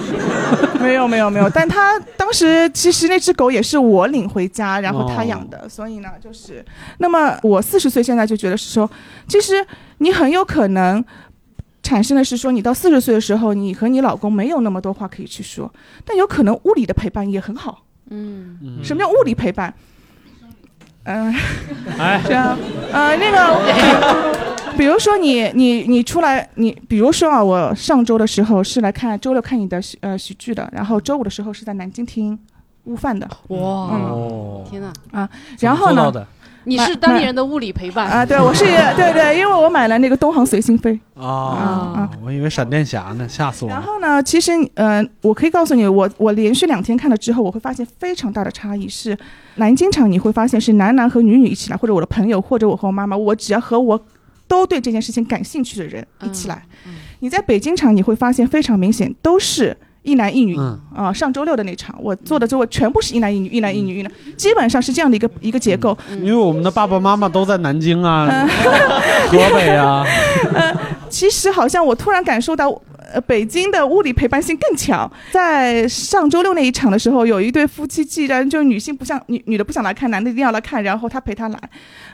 S9: 没有没有没有，但他当时其实那只狗也是我领回家，然后他养的，所以呢，就是那么我四十岁现在就觉得是说，其实你很有可能。产生的是说，你到四十岁的时候，你和你老公没有那么多话可以去说，但有可能物理的陪伴也很好。
S3: 嗯，
S2: 嗯
S9: 什么叫物理陪伴？嗯、
S4: 哎，
S9: 这样，呃，那个，比如说你你你出来，你比如说啊，我上周的时候是来看周六看你的喜呃喜剧的，然后周五的时候是在南京听午饭的，
S3: 哇，
S4: 哦，
S3: 天哪，
S9: 嗯然后呢，
S3: 你是当地人的物理陪伴
S9: 啊，对我是对对，因为我买了那个东航随心飞，
S2: 啊，
S3: 啊
S9: 啊，
S2: 我以为闪电侠呢，吓死我
S9: 然
S2: 了。
S9: 后呢，其实呃，我可以告诉你，我我连续两天看了之后，我会发现非常大的差异是，南京场你会发现是男男和女女一起来，或者我的朋友，或者我和我妈妈，我只要和我都对这件事情感兴趣的人一起来。
S3: 嗯嗯
S9: 你在北京场你会发现非常明显，都是一男一女。
S2: 嗯
S9: 啊，上周六的那场，我做
S3: 嗯
S9: 的座位全部是一男一女，一男一女，一男，基本上是这样的一个一个结构。
S2: 因为我们的爸爸妈妈都在南京啊、河北啊，
S9: 其实好像我突然感受到，呃，北京的物理陪伴性更强。在上周六那一场的时候，有一对夫妻，既然就女性不想女女的不想来看，男的一定要来看，然后他陪他来，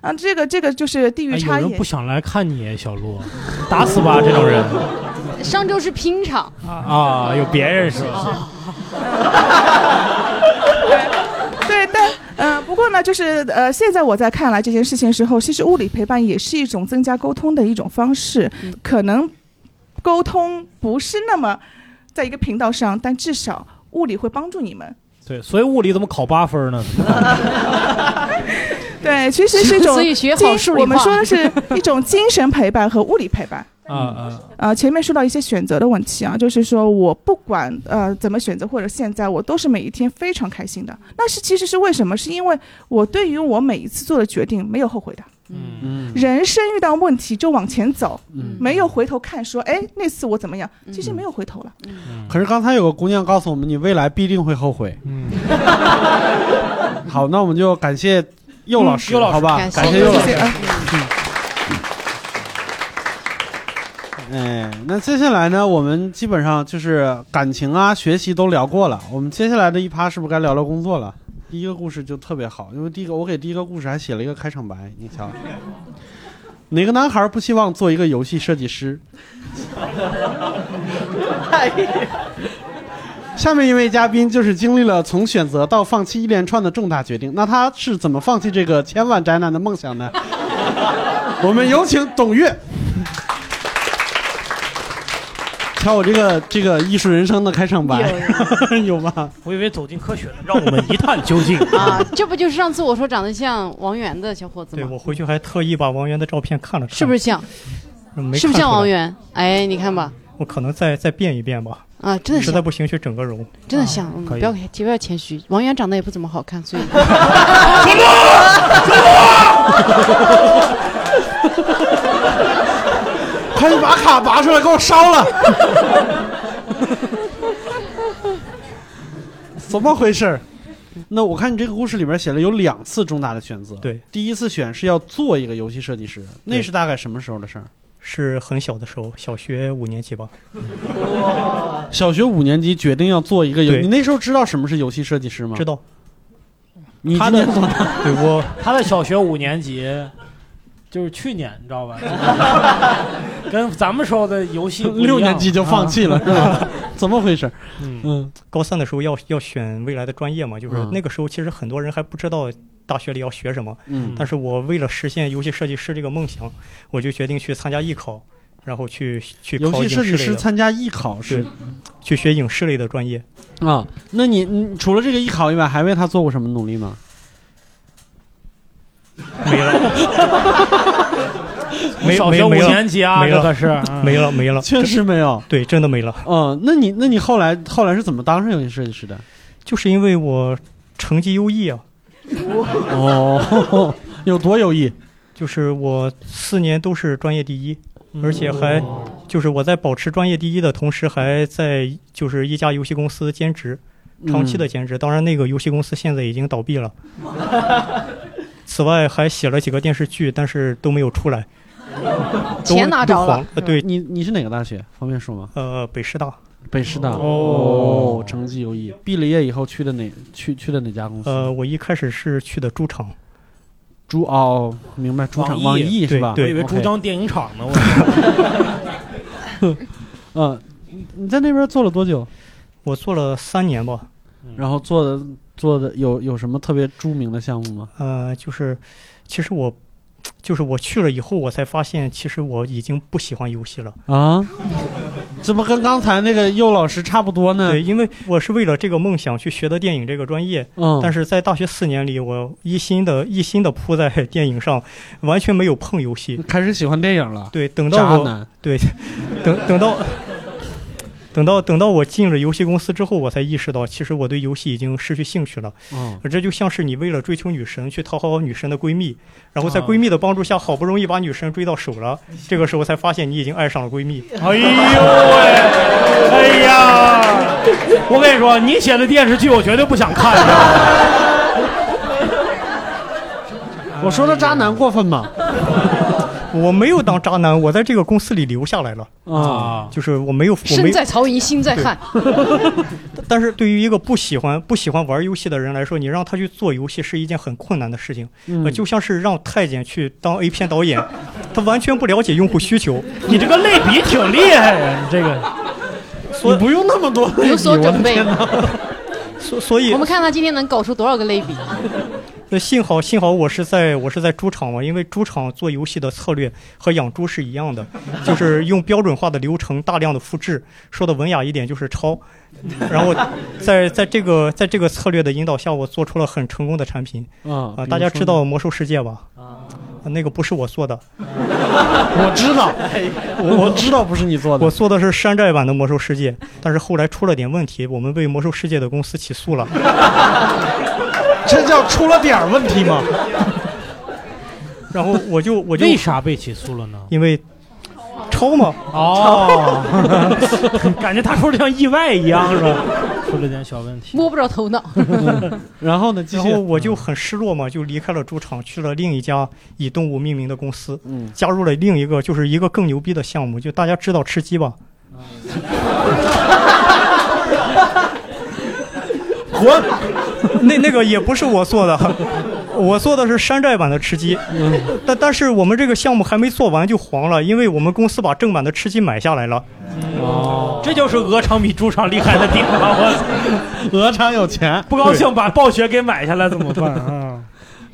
S9: 啊，这个这个就是地域
S4: 哎
S9: 差
S4: 有
S9: 异。
S4: 人不想来看你，小鹿，打死吧这种 人
S3: 上周是拼场，
S4: 啊！有别人是
S9: 嗯
S4: 吧？
S9: 对，但呃，不过呢，就是呃，现在我在看来这件事情的时候，其实物理陪伴也是一种增加沟通的一种方式，可能沟通不是那么在一个频道上，但至少物理会帮助你们。
S4: 对，所以物理怎么考八分呢？
S9: 对，其实是一种
S3: 所以学好
S9: 精
S3: 数理化。
S9: 我们说的是一种精神陪伴和物理陪伴。
S4: 啊
S2: 嗯
S4: 啊，
S9: 呃，前面说到一些选择的问题啊，就是说我不管呃怎么选择，或者现在我都是每一天非常开心的。那是其实是为什么？是因为我对于我每一次做的决定没有后悔的。
S4: 嗯，
S2: 嗯
S9: 人生遇到问题就往前走，
S2: 嗯。
S9: 没有回头看说，哎那次我怎么样？其实没有回头了。
S4: 嗯
S2: 可是刚才有个姑娘告诉我们，你未来必定会后悔。
S4: 嗯，
S2: 好，那我们就感谢佑老师，
S4: 嗯佑老师
S2: 好吧？
S3: 感谢
S2: 感谢
S3: 佑
S2: 佑
S3: 老
S2: 老
S3: 师
S2: 师。嗯
S9: 啊
S2: 哎，那接下来呢，我们基本上就是感情啊、学习都聊过了，我们接下来的一趴是不是该聊聊工作了？第一个故事就特别好，因为第一个我给第一个故事还写了一个开场白，你瞧，哪个男孩不希望做一个游戏设计师？下面一位嘉宾就是经历了从选择到放弃一连串的重大决定，那他是怎么放弃这个千万宅男的梦想呢？我们有请董月。瞧我这个这个艺术人生的开场白，有吧？
S4: 我以为走进科学了，让我们一探究竟。
S3: 啊，这不就是上次我说长得像王源的小伙子
S10: 对
S3: 吗？
S10: 我回去还特意把王源的照片看了看，
S3: 是不是像？
S10: 没
S3: 是不是
S10: 看
S3: 像
S10: 出来
S3: 王？源？哎，你看吧，
S10: 我可能再再变一变吧，
S3: 啊，真的
S10: 实在
S3: 像，
S10: 不行去整个容。
S3: 真的像，嗯
S10: 可以
S3: 不要不要谦虚，王源长得也不怎么好看，所以。
S2: 快点把卡拔出来，给我烧了！怎么回事儿？那我看你这个故事里边写了有两次重大的选择。
S10: 对，
S2: 第一次选是要做一个游戏设计师，那是大概什么时候的事儿？
S10: 是很小的时候，小学五年级吧。
S2: 小学五年级决定要做一个游，
S10: 对
S2: 你那时候知道什么是游戏设计师吗？
S10: 知道，
S2: 你
S4: 他
S2: 今
S4: 的
S2: 年 多大？
S10: 对我
S4: 他的小学五年级，就是去年，你知道吧？跟咱们说的游戏不一样啊
S2: 六年级就放弃了、是吧？ 怎么回事儿？
S10: 嗯，
S2: 嗯，
S10: 高三的时候要要选未来的专业嘛，就是
S2: 嗯
S10: 那个时候其实很多人还不知道大学里要学什么，
S2: 嗯
S10: 但是我为了实现游戏设计师这个梦想，我就决定去参加艺考，然后去去
S2: 游
S10: 考
S2: 戏
S10: 影
S2: 设
S10: 视
S2: 计
S10: 类
S2: 师
S10: 的，
S2: 参加艺考是
S10: 去学影视类的专业。
S2: 啊？那你你除了这个艺考以外，还为他做过什么努力吗？
S10: 没了，没
S4: 嗯小
S10: 没
S4: 学五
S10: 没了
S4: 年级啊，
S10: 没了
S4: 这可是
S10: 没了没了，
S2: 嗯确实没有。
S10: 对，真的没了，
S2: 哦，那你那你后来后来是怎么当上游戏设计师的？
S10: 就是因为我成绩优异啊，
S2: 哦， 有多有意？
S10: 就是我四年都是专业第一，
S4: 嗯
S10: 而且还就是我在保持专业第一的同时，还在就是一家游戏公司兼职，
S2: 嗯
S10: 长期的兼职。当然，那个游戏公司现在已经倒闭了。此外，还写了几个电视剧，但是都没有出 来。都
S3: 钱拿着
S10: 都
S3: 了嗯
S10: 黄呃对，
S2: 你你是哪个大学？方便说吗？
S10: 呃，北师大，
S2: 北师大。
S4: 哦
S2: 哦成绩优异。毕了业以后去的哪去去的哪家公司？
S10: 呃，我一开始是去的猪场，
S2: 主哦，明白，主场
S4: 网
S2: 网
S4: 易
S2: 易是吧？
S4: 我
S10: 对
S4: 以为
S2: OK
S4: 珠。江电影厂 呢，我
S2: 嗯，你你在那边做了多久？
S10: 我做了三年吧。
S2: 然后做的做的有有什么特别著名的项目吗？
S10: 呃，就是其实我就是我去了以后，我才发现其实我已经不喜欢游戏了。
S2: 啊，怎么跟刚才那个佑老师差不多呢？
S10: 对，因为我是为了这个梦想去学的电影这个专业，
S2: 嗯，
S10: 但
S2: 是
S10: 是在大学四年里，我一心的一心的扑在电影上，完全没有碰游戏。
S2: 开始喜欢电影了。
S10: 对，等
S2: 渣
S10: 到我
S2: 男，
S10: 对，等等到等到等到我进了游戏公司之后，我才意识到，其实我对游戏已经失去兴趣了。
S2: 嗯，
S10: 这就像是你为了追求女神去讨好女神的闺蜜，然后在
S4: 啊
S10: 闺蜜的帮助下，好不容易把女神追到手了，这个时候才发现你已经爱上了闺蜜。
S4: 哎呦喂，哎呀，我跟你说，你写的电视剧我绝对不想看 的。
S2: 我说的渣男过分吗？
S10: 我没有当渣男，我在这个公司里留下来了，
S2: 啊，
S4: 啊，
S10: 就是我没有我
S3: 身
S10: 没
S3: 在曹营心在汉，
S10: 但是对于一个不喜欢不喜欢玩游戏的人来说，你让他去做游戏是一件很困难的事情，
S2: 嗯
S10: 呃，就像是让太监去当 A 片导演，他完全不了解用户需求，
S4: 你这个类比挺厉害呀，你这个
S2: 你不用那么多，
S3: 有所准备。
S10: 所所以
S3: 我们看他今天能搞出多少个类比。
S10: 呃幸好幸好我是在我是在猪场嘛，因为猪场做游戏的策略和养猪是一样的，就是用标准化的流程大量的复制，说的文雅一点就是抄，然后在在这个在这个策略的引导下，我做出了很成功的产品
S2: 啊
S10: 啊、大家知道《魔兽世界》吧？啊，那个不是我做的，
S2: 我知 道，我我知道不是你做的
S10: 我。做的是山寨版的《魔兽世界》，但是后来出了点问题，我们被《魔兽世界》的公司起诉了。
S2: 这叫出了点儿问题吗？
S10: 然后我就我就
S4: 为啥被起诉了呢？
S10: 因为抄嘛，
S4: 哦， 感觉他说的像意外一样是吧？出了点小问题。
S3: 摸不着头脑，
S2: 然后呢？继
S10: 然
S2: 续
S10: 后。我就很失落嘛，就离开了猪场，去了另一家以动物命名的公司，
S2: 嗯
S10: 加入了另一个就是一个更牛逼的项目，就大家知道吃鸡吧？ 滚！那那个也不是我做的，我做的是山寨版的吃鸡，但但是我们这个项目还没做完就黄了，因为我们公司把正版的吃鸡买下来了。
S4: 这就是鹅厂比猪厂厉害的地方。我
S2: 操，鹅厂有钱，
S4: 不高兴把暴雪给买下来怎么办
S10: 啊？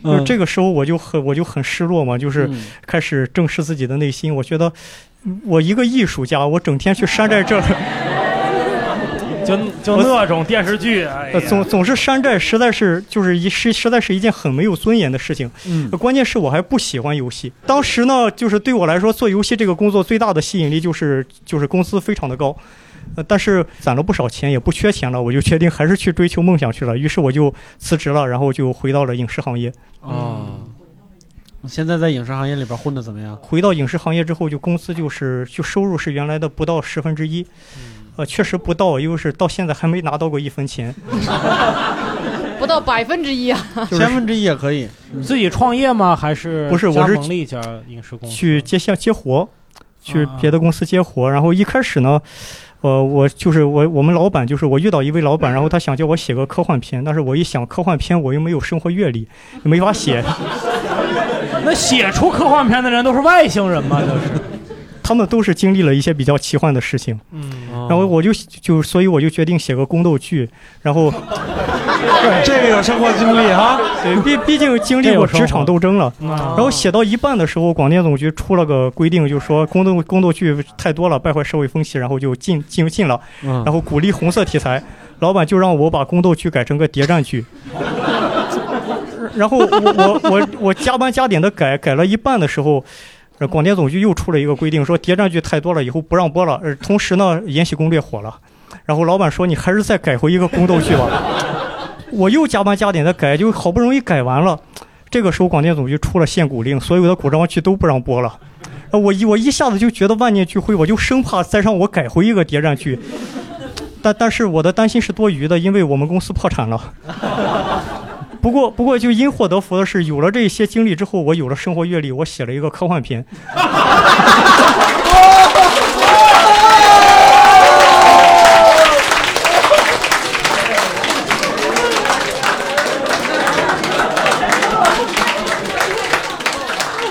S2: 嗯
S10: 就这个时候我就很我就很失落嘛，就是开始正视自己的内心。我觉得我一个艺术家，我整天去山寨这儿，
S4: 就就那种电视剧，哎呀
S10: 呃总总是山寨，实在是就是一实实在是一件很没有尊严的事情。
S4: 嗯
S10: 关键是我还不喜欢游戏。当时呢，就是对我来说做游戏这个工作最大的吸引力就是就是工资非常的高。呃，但是攒了不少钱，也不缺钱了，我就决定还是去追求梦想去了。于是我就辞职了，然后就回到了影视行业。
S2: 哦，
S10: 嗯
S2: 现在在影视行业里边混的怎么样？
S10: 回到影视行业之后，就工资就是就收入是原来的不到十分之一，呃，确实不到，因为是到现在还没拿到过一分钱。
S3: 不到百分之一啊。
S2: 千分之一也可以。
S4: 自己创业吗？还是
S10: 不是我是
S4: 加盟了一家影视公司？
S10: 去接下接活，去别的公司接活。然后一开始呢，呃，我就是我我们老板就是我遇到一位老板，然后他想叫我写个科幻片，但是我一想科幻片我又没有生活阅历，没法写。
S4: 那写出科幻片的人都是外星人吗？就是，
S10: 他们都是经历了一些比较奇幻的事情，
S4: 嗯，
S10: 然后我就就所以我就决定写个宫斗剧，然后
S2: 对， 这个有生活经历哈。
S10: 对毕毕竟经历过职场斗争
S2: 啊
S10: 了。
S4: 然
S10: 然后写到一半的时候，广电总局出了个规定，就说宫斗宫斗剧太多了，败坏社会风气，然后就禁禁禁了，
S2: 嗯
S10: 然后鼓励红色题材。老板就让我把宫斗剧改成个谍战剧，然后我我我我加班加点的改，改了一半的时候。呃广电总局又出了一个规定，说谍战剧太多了，以后不让播了。呃，同时呢，《延禧攻略》火了，然后老板说你还是再改回一个宫斗剧吧。我又加班加点的改，就好不容易改完了。这个时候，广电总局出了限古令，所有的古装剧都不让播了。呃我一我一下子就觉得万念俱灰，我就生怕再让我改回一个谍战剧。但但是我的担心是多余的，因为我们公司破产了。不过不过就因祸得福的是，有了这些经历之后，我有了生活阅历，我写了一个科幻片。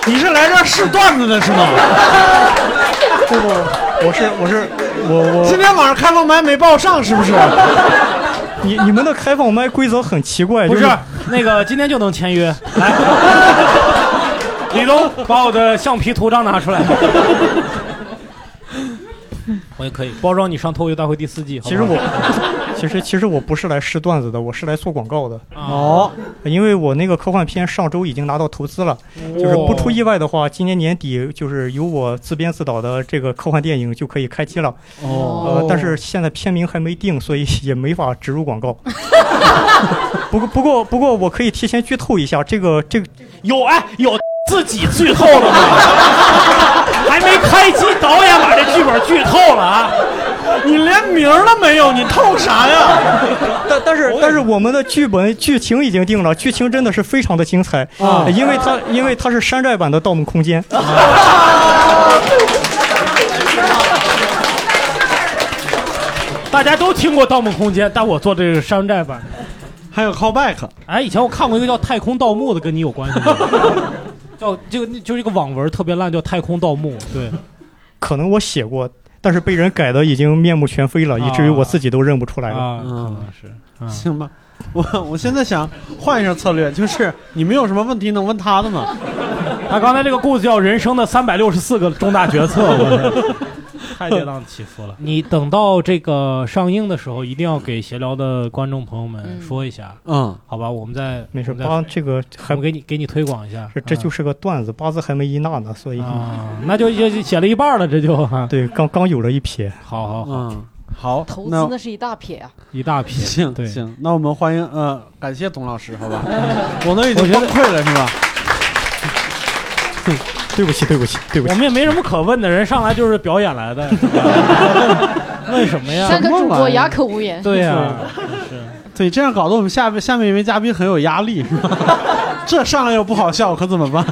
S2: 你是来这儿试段子的是吗？
S10: 不不，我是我是我我
S2: 今天晚上开放麦没报上是不 是？
S10: 你你们的开放麦规则很奇怪，
S2: 哎
S4: 不
S10: 就是
S4: 那个今天就能签约，来， 李东把我的橡皮图章拿 出来，我也可以包装你上《脱口秀大会》第四季。好
S10: 其
S4: 不
S10: 实
S4: 好
S10: 我，其实其实我不是来试段子的，我是来做广告的。
S2: 哦，
S10: 因为我那个科幻片上周已经拿到投资了，就是不出意外的话，今年年底就是由我自编自导的这个科幻电影就可以开机了。
S2: 哦
S10: 呃，但是现在片名还没定，所以也没法植入广告。 不过不过不过，我可以提前剧透一下，这个这个
S4: 有哎有自己剧透了吗？还没开机，导演把这剧本剧透了啊！
S2: 你连名儿都没有，你透啥呀？
S10: 但但是但是我们的剧本剧情已经定了，剧情真的是非常的精彩呃
S2: 啊
S10: 因为它因为它是山寨版的《盗梦空间》
S4: 大家都听过《盗梦空间》，但我做这个山寨版。
S2: 还有 callback，
S4: 哎，以前我看过一个叫《太空盗墓》的，跟你有关 系吗？叫这个就是一个网文特别烂，叫《太空盗墓》。对，
S10: 可能我写过，但是被人改的已经面目全非了，
S4: 啊
S10: 以至于我自己都认不出来了。
S4: 啊，
S2: 嗯
S4: 可能是。
S2: 行吧。我我现在想换一下策略，就是你们有什么问题能问他的吗？
S4: 他刚才这个故事叫《人生的三百六十四个重大决策》，我是太跌宕起伏了。 你等到这个上映的时候，一定要给闲聊的观众朋友们
S3: 嗯
S4: 说一下，
S2: 嗯，
S4: 好吧？我们再
S10: 没事，
S4: 我们再
S10: 八这个还
S4: 我们给你给你推广一下
S10: 这。这就是是个段子，八字还没一捺呢，所以、
S4: 啊，那就就就写了一半了，这就哈，
S10: 对刚刚有了一撇。
S4: 好好好，
S2: 嗯，好，
S3: 投
S2: 那
S3: 资那是一大撇啊！
S4: 一大批。
S2: 行
S4: 对，
S2: 行，那我们欢迎呃，感谢董老师，好 吧？我都已经
S4: 我觉
S2: 崩
S4: 得
S2: 溃了，是吧？
S10: 对不起，对不起，对不
S4: 我
S10: 起。
S4: 们也没什么可问的，人上来就是表演来的，问什么呀
S3: 三？个主
S2: 什么玩
S3: 播
S2: 意儿
S3: 哑口无言。
S4: 对呀、
S2: 对，这样搞得我们下边下面一位嘉宾很有压力，是吧？ 这上来又不好笑，可怎么办？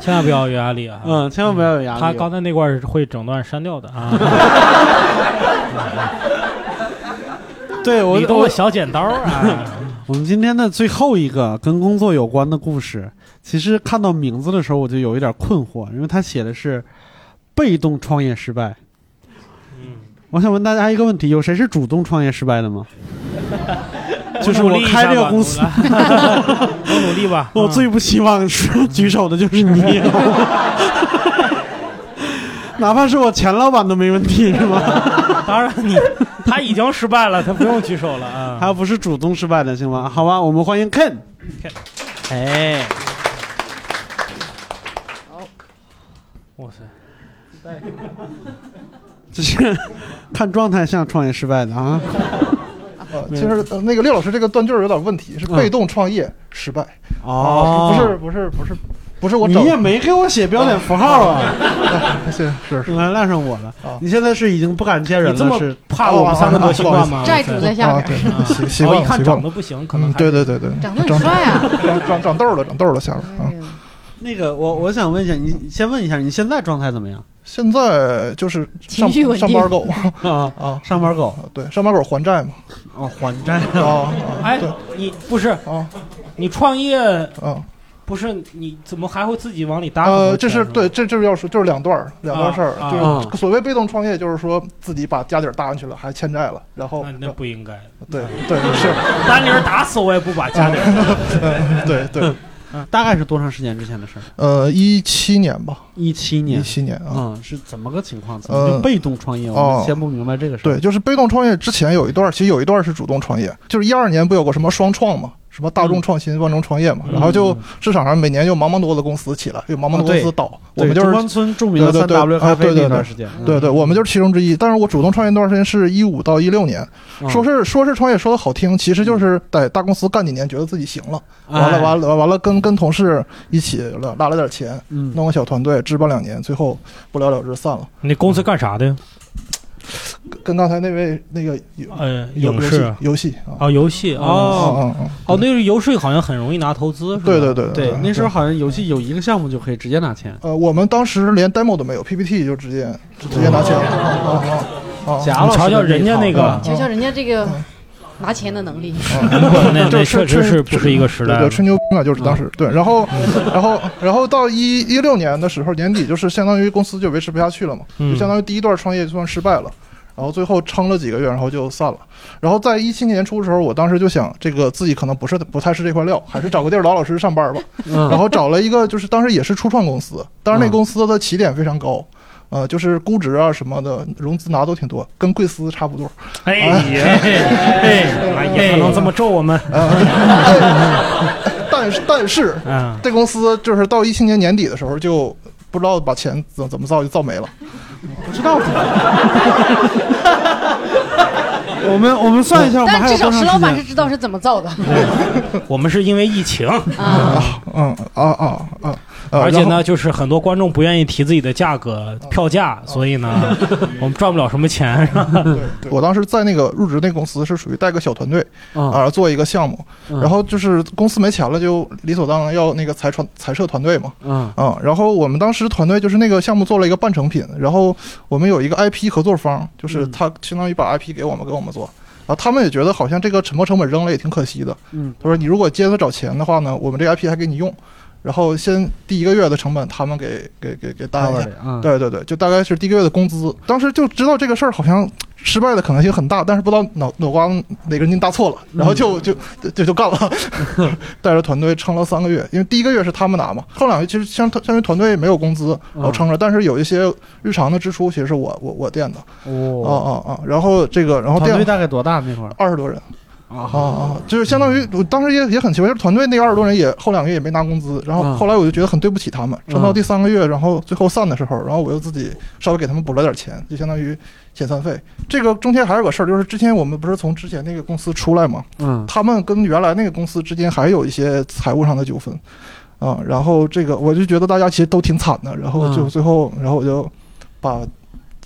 S4: 千万不要有压力啊！
S2: 嗯，千万不要有压力。
S4: 他刚才那块儿是会整段删掉的啊，
S2: 对我
S4: 你都
S2: 我
S4: 小剪刀啊！
S2: 我们今天的最后一个跟工作有关的故事，其实看到名字的时候我就有一点困惑，因为他写的是被动创业失败。我想问大家一个问题：有谁是主动创业失败的 吗？ 就是我开这个公司，
S4: 我努力吧。
S2: 我最不希望是举手的就是 你，哪怕是我前老板都没问题，是吗？
S4: 嗯当然 你，他已经失败了，他不用举手了啊。
S2: 他不是主动失败的，行吗？好吧，我们欢迎 Ken。
S4: 哎，哇塞，
S2: 这是看状态像创业失败的啊。
S11: 啊，其实呃那个廖老师这个断句儿有点问题，是被动创业
S4: 嗯
S11: 失败。
S2: 哦
S11: 啊不是不是不是不是我整
S2: 你也没给我写标点符号啊！
S11: 是是
S2: 是，赖赖上我了。你现在是已经不敢见人
S4: 你这
S2: 了，
S4: 么
S2: 是哦
S4: 怕我们三个多习惯 吗
S3: 债主在下边
S11: 啊对
S4: 啊
S11: 习习惯
S4: 我
S11: 了
S4: 一看
S11: 习惯
S4: 长
S11: 了
S4: 得不行，可能
S11: 嗯对对对对，
S3: 长得很帅啊，嗯
S11: 长长长痘了，长痘了，下边
S3: 哎
S11: 啊。
S2: 那个，我我想问一下，你你先问一下，你现在状态怎么样？
S11: 现在就是上
S2: 情绪稳定
S11: 上班狗
S2: 啊
S11: 啊，
S2: 上班狗
S11: 对，上班狗还债嘛？
S2: 哦，还债
S11: 啊！
S4: 哎，你不是
S11: 啊？
S4: 你创业
S11: 啊？
S4: 不是，你怎么还会自己往里搭很多钱？
S11: 呃，这是对，这这是要说，就是两段儿两段事儿
S4: 啊，
S11: 就
S4: 啊
S11: 是所谓被动创业，就是说自己把家底儿搭上去了，还欠债了，然后
S4: 那那不应该。
S11: 对对 是，
S4: 单人打死我也不把家里。
S11: 嗯对对，
S2: 大概是多长时间之前的事儿？
S11: 呃，一七年吧，
S2: 一七年，
S11: 一七年啊，
S2: 嗯，是怎么个情况？怎么就被动创业？
S11: 呃
S2: 我们先不明白这个事儿。
S11: 对，就是被动创业之前有一段儿，其实有一段儿是主动创业，就是一二年不有个什么双创嘛，什么
S2: 嗯
S11: 大众创新、万众创业嘛，然后就市场上每年有茫茫多的公司起来，有茫茫多公司倒，我
S2: 啊对
S11: 们就
S2: 中
S11: 是
S2: 关村著名的三 W 咖啡那段时间，嗯
S11: 对对对对对对，我们就是其中之一。但是我主动创业那段时间是一五到一六年，
S2: 嗯
S11: 说是说是创业说的好听，其实就是在大公司干几年，觉得自己行了，
S2: 哎
S11: 完了完了完了，跟跟同事一起了拉了点钱，
S2: 嗯
S11: 弄个小团队支帮两年，最后不了了之散了。
S4: 你公司干啥的？
S11: 跟刚才那位那个有
S4: 呃，
S11: 有
S4: 影
S2: 啊
S4: 视
S11: 游戏啊
S4: 哦，游戏哦
S11: 嗯嗯嗯
S4: 哦，那个游戏好像很容易拿投资，是吧？
S11: 对对对
S2: 对，那时候好像游戏有一个项目就可以直接拿钱，
S11: 呃，我们当时连 demo 都没有，PPT 就直接直接拿钱了。啊啊啊！
S2: 贾老师的那一套你瞧瞧人家那个
S11: 啊
S3: 瞧瞧人家这这个拿钱的能力，
S11: 嗯
S4: 那那确实是不是一个时代
S11: 对对，吹牛逼嘛，就是当时对，然后，然后，然后到一一六年的时候，年底就是相当于公司就维持不下去了嘛，
S4: 嗯
S11: 就相当于第一段创业就算失败了，然后最后撑了几个月，然后就散了。然后在一七年初的时候，我当时就想，这个自己可能不是不太是这块料，还是找个地儿老老实实上班吧。
S2: 嗯
S11: 然后找了一个，就是当时也是初创公司，当时那
S2: 嗯
S11: 公司的起点非常高。呃，就是估值啊什么的，融资拿都挺多，跟贵司差不多。
S4: 哎
S11: 啊
S4: 呀，哎呀，不能这么咒我们。
S11: 呃 但是但是，
S4: 嗯
S11: 这公司就是到一七年年底的时候，就不知道把钱怎怎么造就造没了。
S2: 不知道怎么。我们我们算一下，我们
S3: 但
S2: 还有
S3: 至
S2: 多
S3: 少
S2: 长
S3: 石老板是
S2: 时间？
S3: 知道是怎么造的。
S4: 我们是因为疫情，
S11: 嗯啊啊啊！呃
S4: 而且
S11: 哦然后哦
S4: 呢，就是很多观众不愿意提自己的价格票价，所以 呢，我们赚不了什么钱。 是吧
S11: 对我当时在那个入职那公司是属于带个小团队
S2: 嗯
S11: 啊、做一个项目，
S4: 嗯
S11: 然后就是公司没钱了，就理所当然要那个裁传裁撤团队嘛。
S2: 嗯
S11: 啊、然后我们当时团队就是那个项目做了一个半成品，然后我们有一个 IP 合作方，就是他相当于把 IP 给我们给我们做，然后他们也觉得好像这个沉没成本扔了也挺可惜的，
S2: 嗯
S11: 他说你如果接着找钱的话呢，我们这个 IP 还给你用，然后先第一个月的成本他们给给给给担一
S2: Cover
S11: 下
S2: 的，嗯
S11: 对对对，就大概是第一个月的工资。当时就知道这个事儿好像失败的可能性很大，但是不知道脑脑瓜哪根筋搭错了，然后
S2: 嗯
S11: 就就就就就 干了，带着团队撑了三个月，因为第一个月是他们拿嘛，后两个月其实相相当于团队没有工资，
S2: 嗯
S11: 然后撑着，但是有一些日常的支出其实是我我我垫的，啊
S2: 哦，
S11: 啊啊，然后这个然后
S2: 团
S11: 垫
S2: 队大概多大那会儿？
S11: 二十多人。
S2: 啊
S11: 啊啊！就是相当于我当时也也很奇怪，就是团队那个二十多人也后两个月也没拿工资，然后
S2: 嗯
S11: 后来我就觉得很对不起他们。撑到第三个月，然后最后散的时候，然后我又自己稍微给他们补了点钱，就相当于遣散费。这个中间还有个事儿，就是之前我们不是从之前那个公司出来嘛，
S2: 嗯
S11: 他们跟原来那个公司之间还有一些财务上的纠纷啊、然后这个我就觉得大家其实都挺惨的，然后就
S2: 嗯
S11: 最后，然后我就把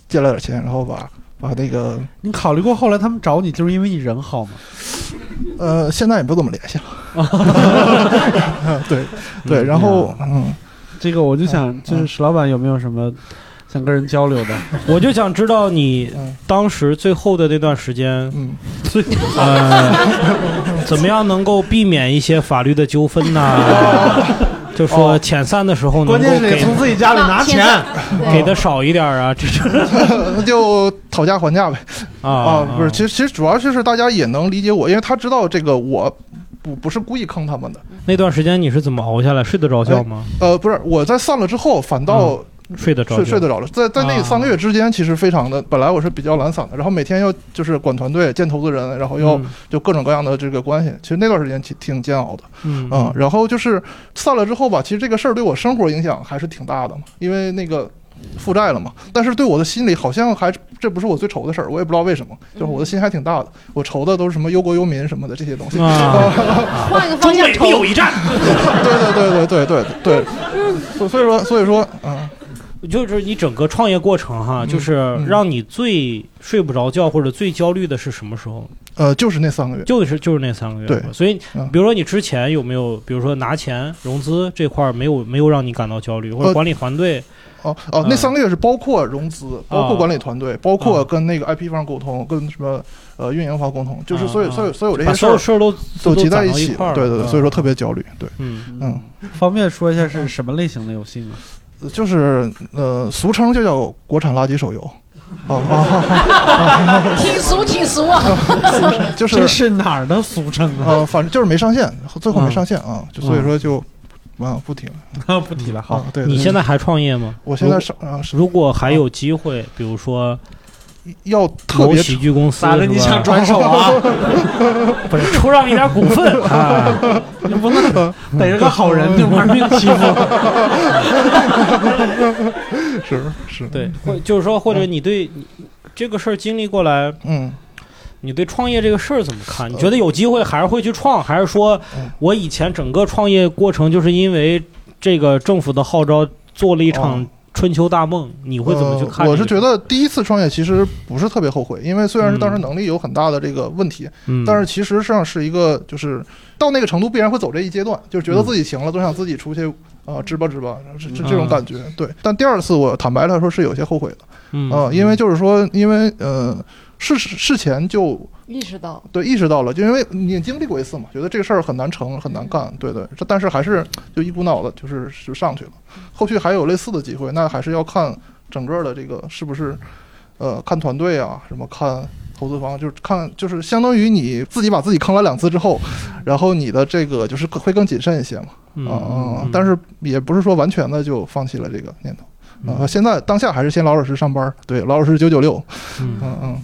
S11: 借了点钱，然后把把那个
S2: 你考虑过后来他们找你就是因为你人好吗？
S11: 呃，现在也不怎么联 系了。对对，然后嗯，
S4: 嗯
S2: 这个我就想，就是石老板有没有什么想跟人交流的。
S4: 我就想知道你当时最后的那段时间，
S11: 嗯，
S4: 最呃， 怎么样能够避免一些法律的纠纷呐、
S11: 哦
S4: 就说遣散的时候能
S5: 关键
S4: 够
S5: 是得
S4: 给
S5: 从自己
S3: 啊
S5: 家里拿钱对
S11: 哦
S4: 给的少一点啊，这是
S11: 那嗯 就讨价还价呗。
S4: 啊
S11: 哦不是，其实其实主要就是大家也能理解我，因为他知道这个我不不是故意坑他们的。
S4: 那段时间你是怎么熬下来？睡得着觉吗？
S11: 呃，不是，我在散了之后，反
S4: 嗯
S11: 倒、
S4: 睡得着
S11: 哎睡
S4: 觉
S11: 睡得着了。在在那
S4: 啊
S11: 三个月之间，其实非常的，本来我是比较懒散的，然后每天要就是管团队、见投资人，然后要
S4: 嗯
S11: 就各种各样的这个关系。其实那段时间挺挺煎熬的，
S4: 嗯
S11: 嗯，然后就是散了之后吧，其实这个事儿对我生活影响还是挺大的嘛，因为那个负债了嘛。但是对我的心里好像还这不是我最愁的事儿，我也不知道为什么，就是我的心还挺大的。我愁的都是什么忧国忧民什么的这些东西。
S4: 啊
S3: 换一个方向瞅，
S4: 战。
S11: 对对对对对对对，所所以说所以说，嗯，
S4: 就是你整个创业过程哈，就是让你最睡不着觉或者最焦虑的是什么时候？
S11: 呃，就是那三个月，
S4: 就是就是那三个月。
S11: 对嗯
S4: 所以比如说你之前有没有，比如说拿钱融资这块儿没有没有让你感到焦虑，或者
S11: 呃
S4: 管理团队？
S11: 哦
S4: 嗯
S11: 哦，那三个月是包括融资，包括管理团队，包括跟那个
S4: 嗯
S11: IP 方沟通，跟什么呃运营方沟通，就是所有所有所有这
S4: 嗯把
S11: 些
S4: 所有事儿都
S11: 都集
S4: 攒
S11: 在一
S4: 到一
S11: 起
S4: 块儿，
S11: 对对对，
S4: 嗯
S11: 所以说特别焦虑，对，
S4: 嗯
S11: 嗯，
S2: 方便说一下是什么类型的游戏吗？
S11: 就是呃，俗称就叫国产垃圾手游，哦哦，
S3: 挺俗挺俗啊。
S11: 哦就是
S2: 这是哪儿的俗称啊？
S11: 呃，反正就是没上线，最后没上线啊，就所以
S2: 嗯
S11: 说就啊不提 了，
S2: 不提了，好
S11: 啊，对，
S4: 你
S11: 对
S4: 现在还创业吗？
S11: 我现在是啊是
S4: 如果还有机会，比如说
S11: 要特
S4: 某
S11: 别
S4: 喜剧公司，
S5: 打着你
S4: 是吧
S5: 想转手啊？
S4: 不是出让一点股 份啊？
S2: 你不嗯能逮着个好人就玩命欺负。
S11: 是是，
S4: 对，或就是说，或者你对你这个事儿经历过来，
S11: 嗯。
S4: 你对创业这个事儿怎么看？你觉得有机会还是会去创，还是说
S11: 嗯
S4: 我以前整个创业过程就是因为这个政府的号召做了一场春秋大梦？你会怎么去看、
S11: 哦呃？我是觉，得第一次创业其实不是特别后悔，因为虽然是当时能力有很大的这个问题，
S4: 嗯
S11: 但是其实上是一个就是到那个程度必然会走这一阶段，就是觉
S4: 嗯
S11: 得自己行了，都想自己出去啊支吧支吧，是是这种感觉。对，但第二次我坦白来说是有些后悔的，
S4: 嗯，
S11: 啊，因为就是说，因为呃事事前就
S3: 意识到
S11: 对，意识到了，就因为你经历过一次嘛，觉得这个事儿很难成，很难干，对对。这但是还是就一股脑的，就是是上去了。后续还有类似的机会，那还是要看整个的这个是不是，呃，看团队啊，什么看投资方，就是看就是相当于你自己把自己坑了两次之后，然后你的这个就是会更谨慎一些嘛，
S4: 嗯
S11: 啊、啊
S4: 嗯
S11: 但是也不是说完全的就放弃了这个念头。啊、现在当下还是先老老实实上班儿，对，老老实实九九六，
S4: 嗯
S11: 嗯嗯，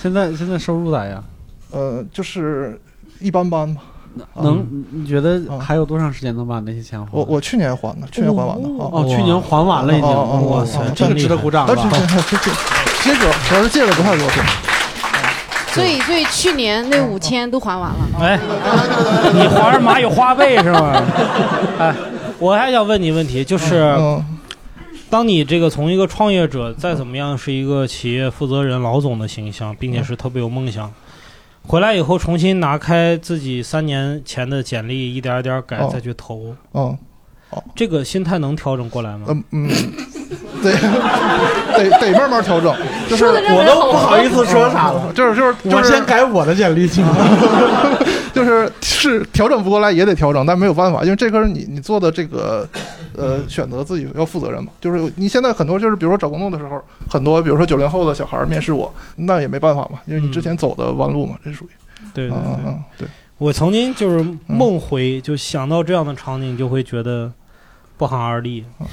S2: 现在现在收入咋样？
S11: 呃，就是一般般吧。
S2: 能你你觉得还有多长时间能把那些钱还？
S11: 我我去年还的，去年还完的啊。
S2: 哦，去年还完了已经，
S11: 哦哦哦
S2: 哇
S11: 哦
S2: 塞
S11: 哦，
S2: 这个值得鼓掌
S11: 但
S2: 了
S11: 是
S2: 吧。
S11: 这这这主主要是借了不太多钱，
S3: 所以所以去年那五千都还完了。
S4: 哎，你皇上马有花呗是吗？ 哎，我还想问你问题，就是
S11: 嗯
S4: 当你这个从一个创业者，再怎么样是一个企业负责人、老总的形象，并且是特别有梦想，回来以后重新拿开自己三年前的简历，一点儿一点儿改
S11: 哦
S4: 再去投，
S11: 嗯
S4: 这个心态能调整过来吗？
S11: 嗯嗯， 得得得慢慢调整，就是
S5: 我都不好意思说啥了。
S11: 就是就是
S5: 我
S11: 就是
S5: 先改我的简历去。
S11: 就是是调整不过来也得调整，但没有办法，因为这个是你你做的这个呃选择自己要负责任嘛。就是你现在很多就是比如说找工作的时候，很多比如说九零后的小孩儿面试我，那也没办法嘛，因为你之前走的弯路嘛，这属于
S4: 对对
S11: 嗯嗯
S4: 对，
S11: 嗯对。
S4: 我曾经就是梦回，就想到这样的场景，就会觉得不寒而栗。
S11: 嗯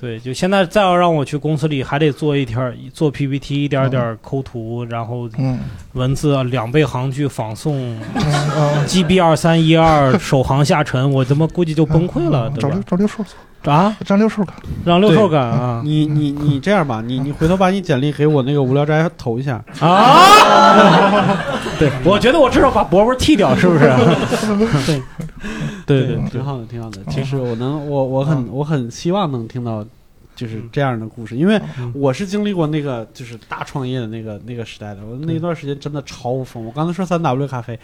S4: 对，就现在再要让我去公司里，还得做一条做 PPT，一点儿一点儿抠图，然后
S11: 嗯
S4: 文字啊两倍行距仿宋，
S11: 嗯嗯
S4: GB 二三一二首航下沉，我他妈估计就崩溃了，对
S11: 找
S4: 吧
S11: 六？找六叔，
S4: 啊，
S11: 找六叔干。
S4: 让六兽干啊
S2: 你你你这样吧，你你回头把你简历给我那个无聊斋投一下，
S4: 啊！对，我觉得我至少把伯伯剃掉，是不是？ 对，对对嗯
S2: 挺好的，挺好的。其实我能，我我很我很希望能听到就是这样的故事，因为
S4: 嗯
S2: 我是经历过那个就是大创业的那个那个时代的，我那段时间真的超疯。我刚才说三 W 咖啡，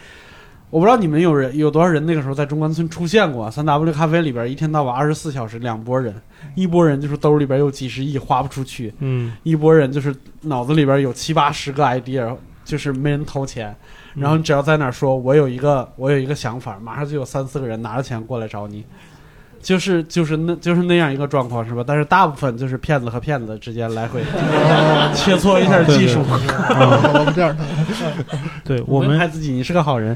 S2: 我不知道你们有人有多少人那个时候在中关村出现过。三 W 咖啡里边一天到晚二十四小时两拨人，一拨人就是兜里边有几十亿花不出去，
S4: 嗯，
S2: 一拨人就是脑子里边有七八十个 idea，就是没人投钱。然后你只要在那儿说我有一个我有一个想法，马上就有三四个人拿着钱过来找你，就是就是那就是那样一个状况是吧？但是大部分就是骗子和骗子之间来回切磋一下技术。
S11: 我们这样的，
S4: 对 我
S2: 不
S4: 们
S2: 用害自己，你是个好人。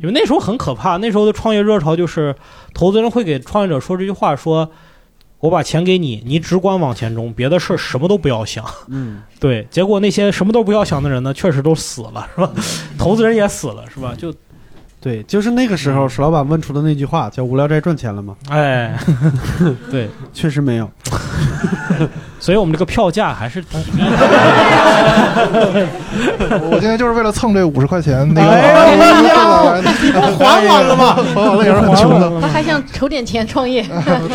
S4: 因为那时候很可怕，那时候的创业热潮就是投资人会给创业者说这句话：说我把钱给你，你只管往前冲，别的事儿什么都不要 想。
S2: 嗯，
S4: 对，结果那些什么都不要想的人呢，确实都死了，是吧？投资人也死了， 是吧？就
S2: 对，就是那个时候，史老板问出的那句话叫“无聊斋赚钱了吗
S4: 哎，对，？”
S2: 确实没有。
S4: 所以我们这个票价还是挺
S11: 我今天就是为了蹭这五十块钱，那个
S3: 哎呀
S2: 哎
S11: 还我了吧？还完了也是很穷的。
S3: 他还想筹点钱创业。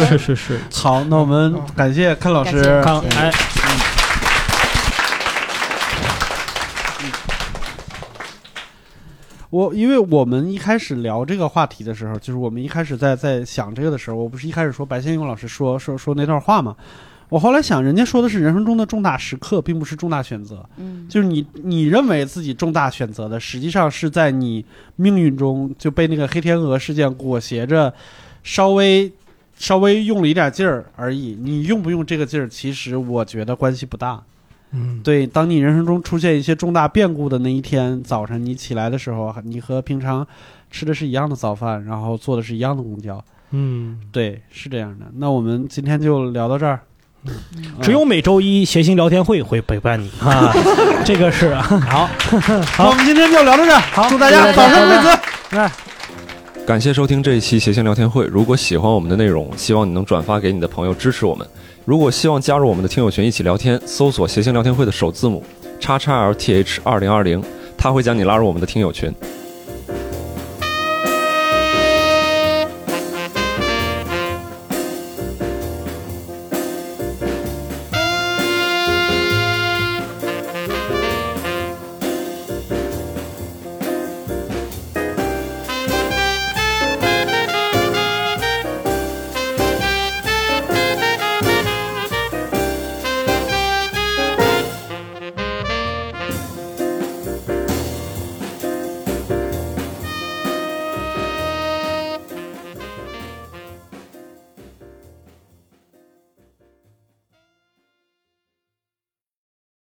S4: 是是是。
S2: 好，那我们感谢阚老师
S3: 感谢。
S4: 看
S3: 感谢
S4: 哎。
S2: 我因为我们一开始聊这个话题的时候，就是我们一开始在在想这个的时候，我不是一开始说白先勇老师说说说那段话嘛？我后来想，人家说的是人生中的重大时刻，并不是重大选择。
S3: 嗯，
S2: 就是你你认为自己重大选择的，实际上是在你命运中就被那个黑天鹅事件裹挟着，稍微稍微用了一点劲儿而已。你用不用这个劲儿，其实我觉得关系不大。
S4: 嗯，
S2: 对，当你人生中出现一些重大变故的那一天早晨，你起来的时候，你和平常吃的是一样的早饭，然后坐的是一样的公交。
S4: 嗯，
S2: 对，是这样的。那我们今天就聊到这儿。
S4: 只有每周一谐星聊天会会陪伴你啊，这个是好，
S2: 啊 好，
S4: 好
S2: 我们今天就聊到这儿。
S4: 好
S2: 祝大家早生贵子。
S1: 感谢收听这一期谐星聊天会。如果喜欢我们的内容，希望你能转发给你的朋友支持我们。如果希望加入我们的听友群一起聊天，搜索“谐星聊天会”的首字母叉叉 LTH 二零二零，他会将你拉入我们的听友群。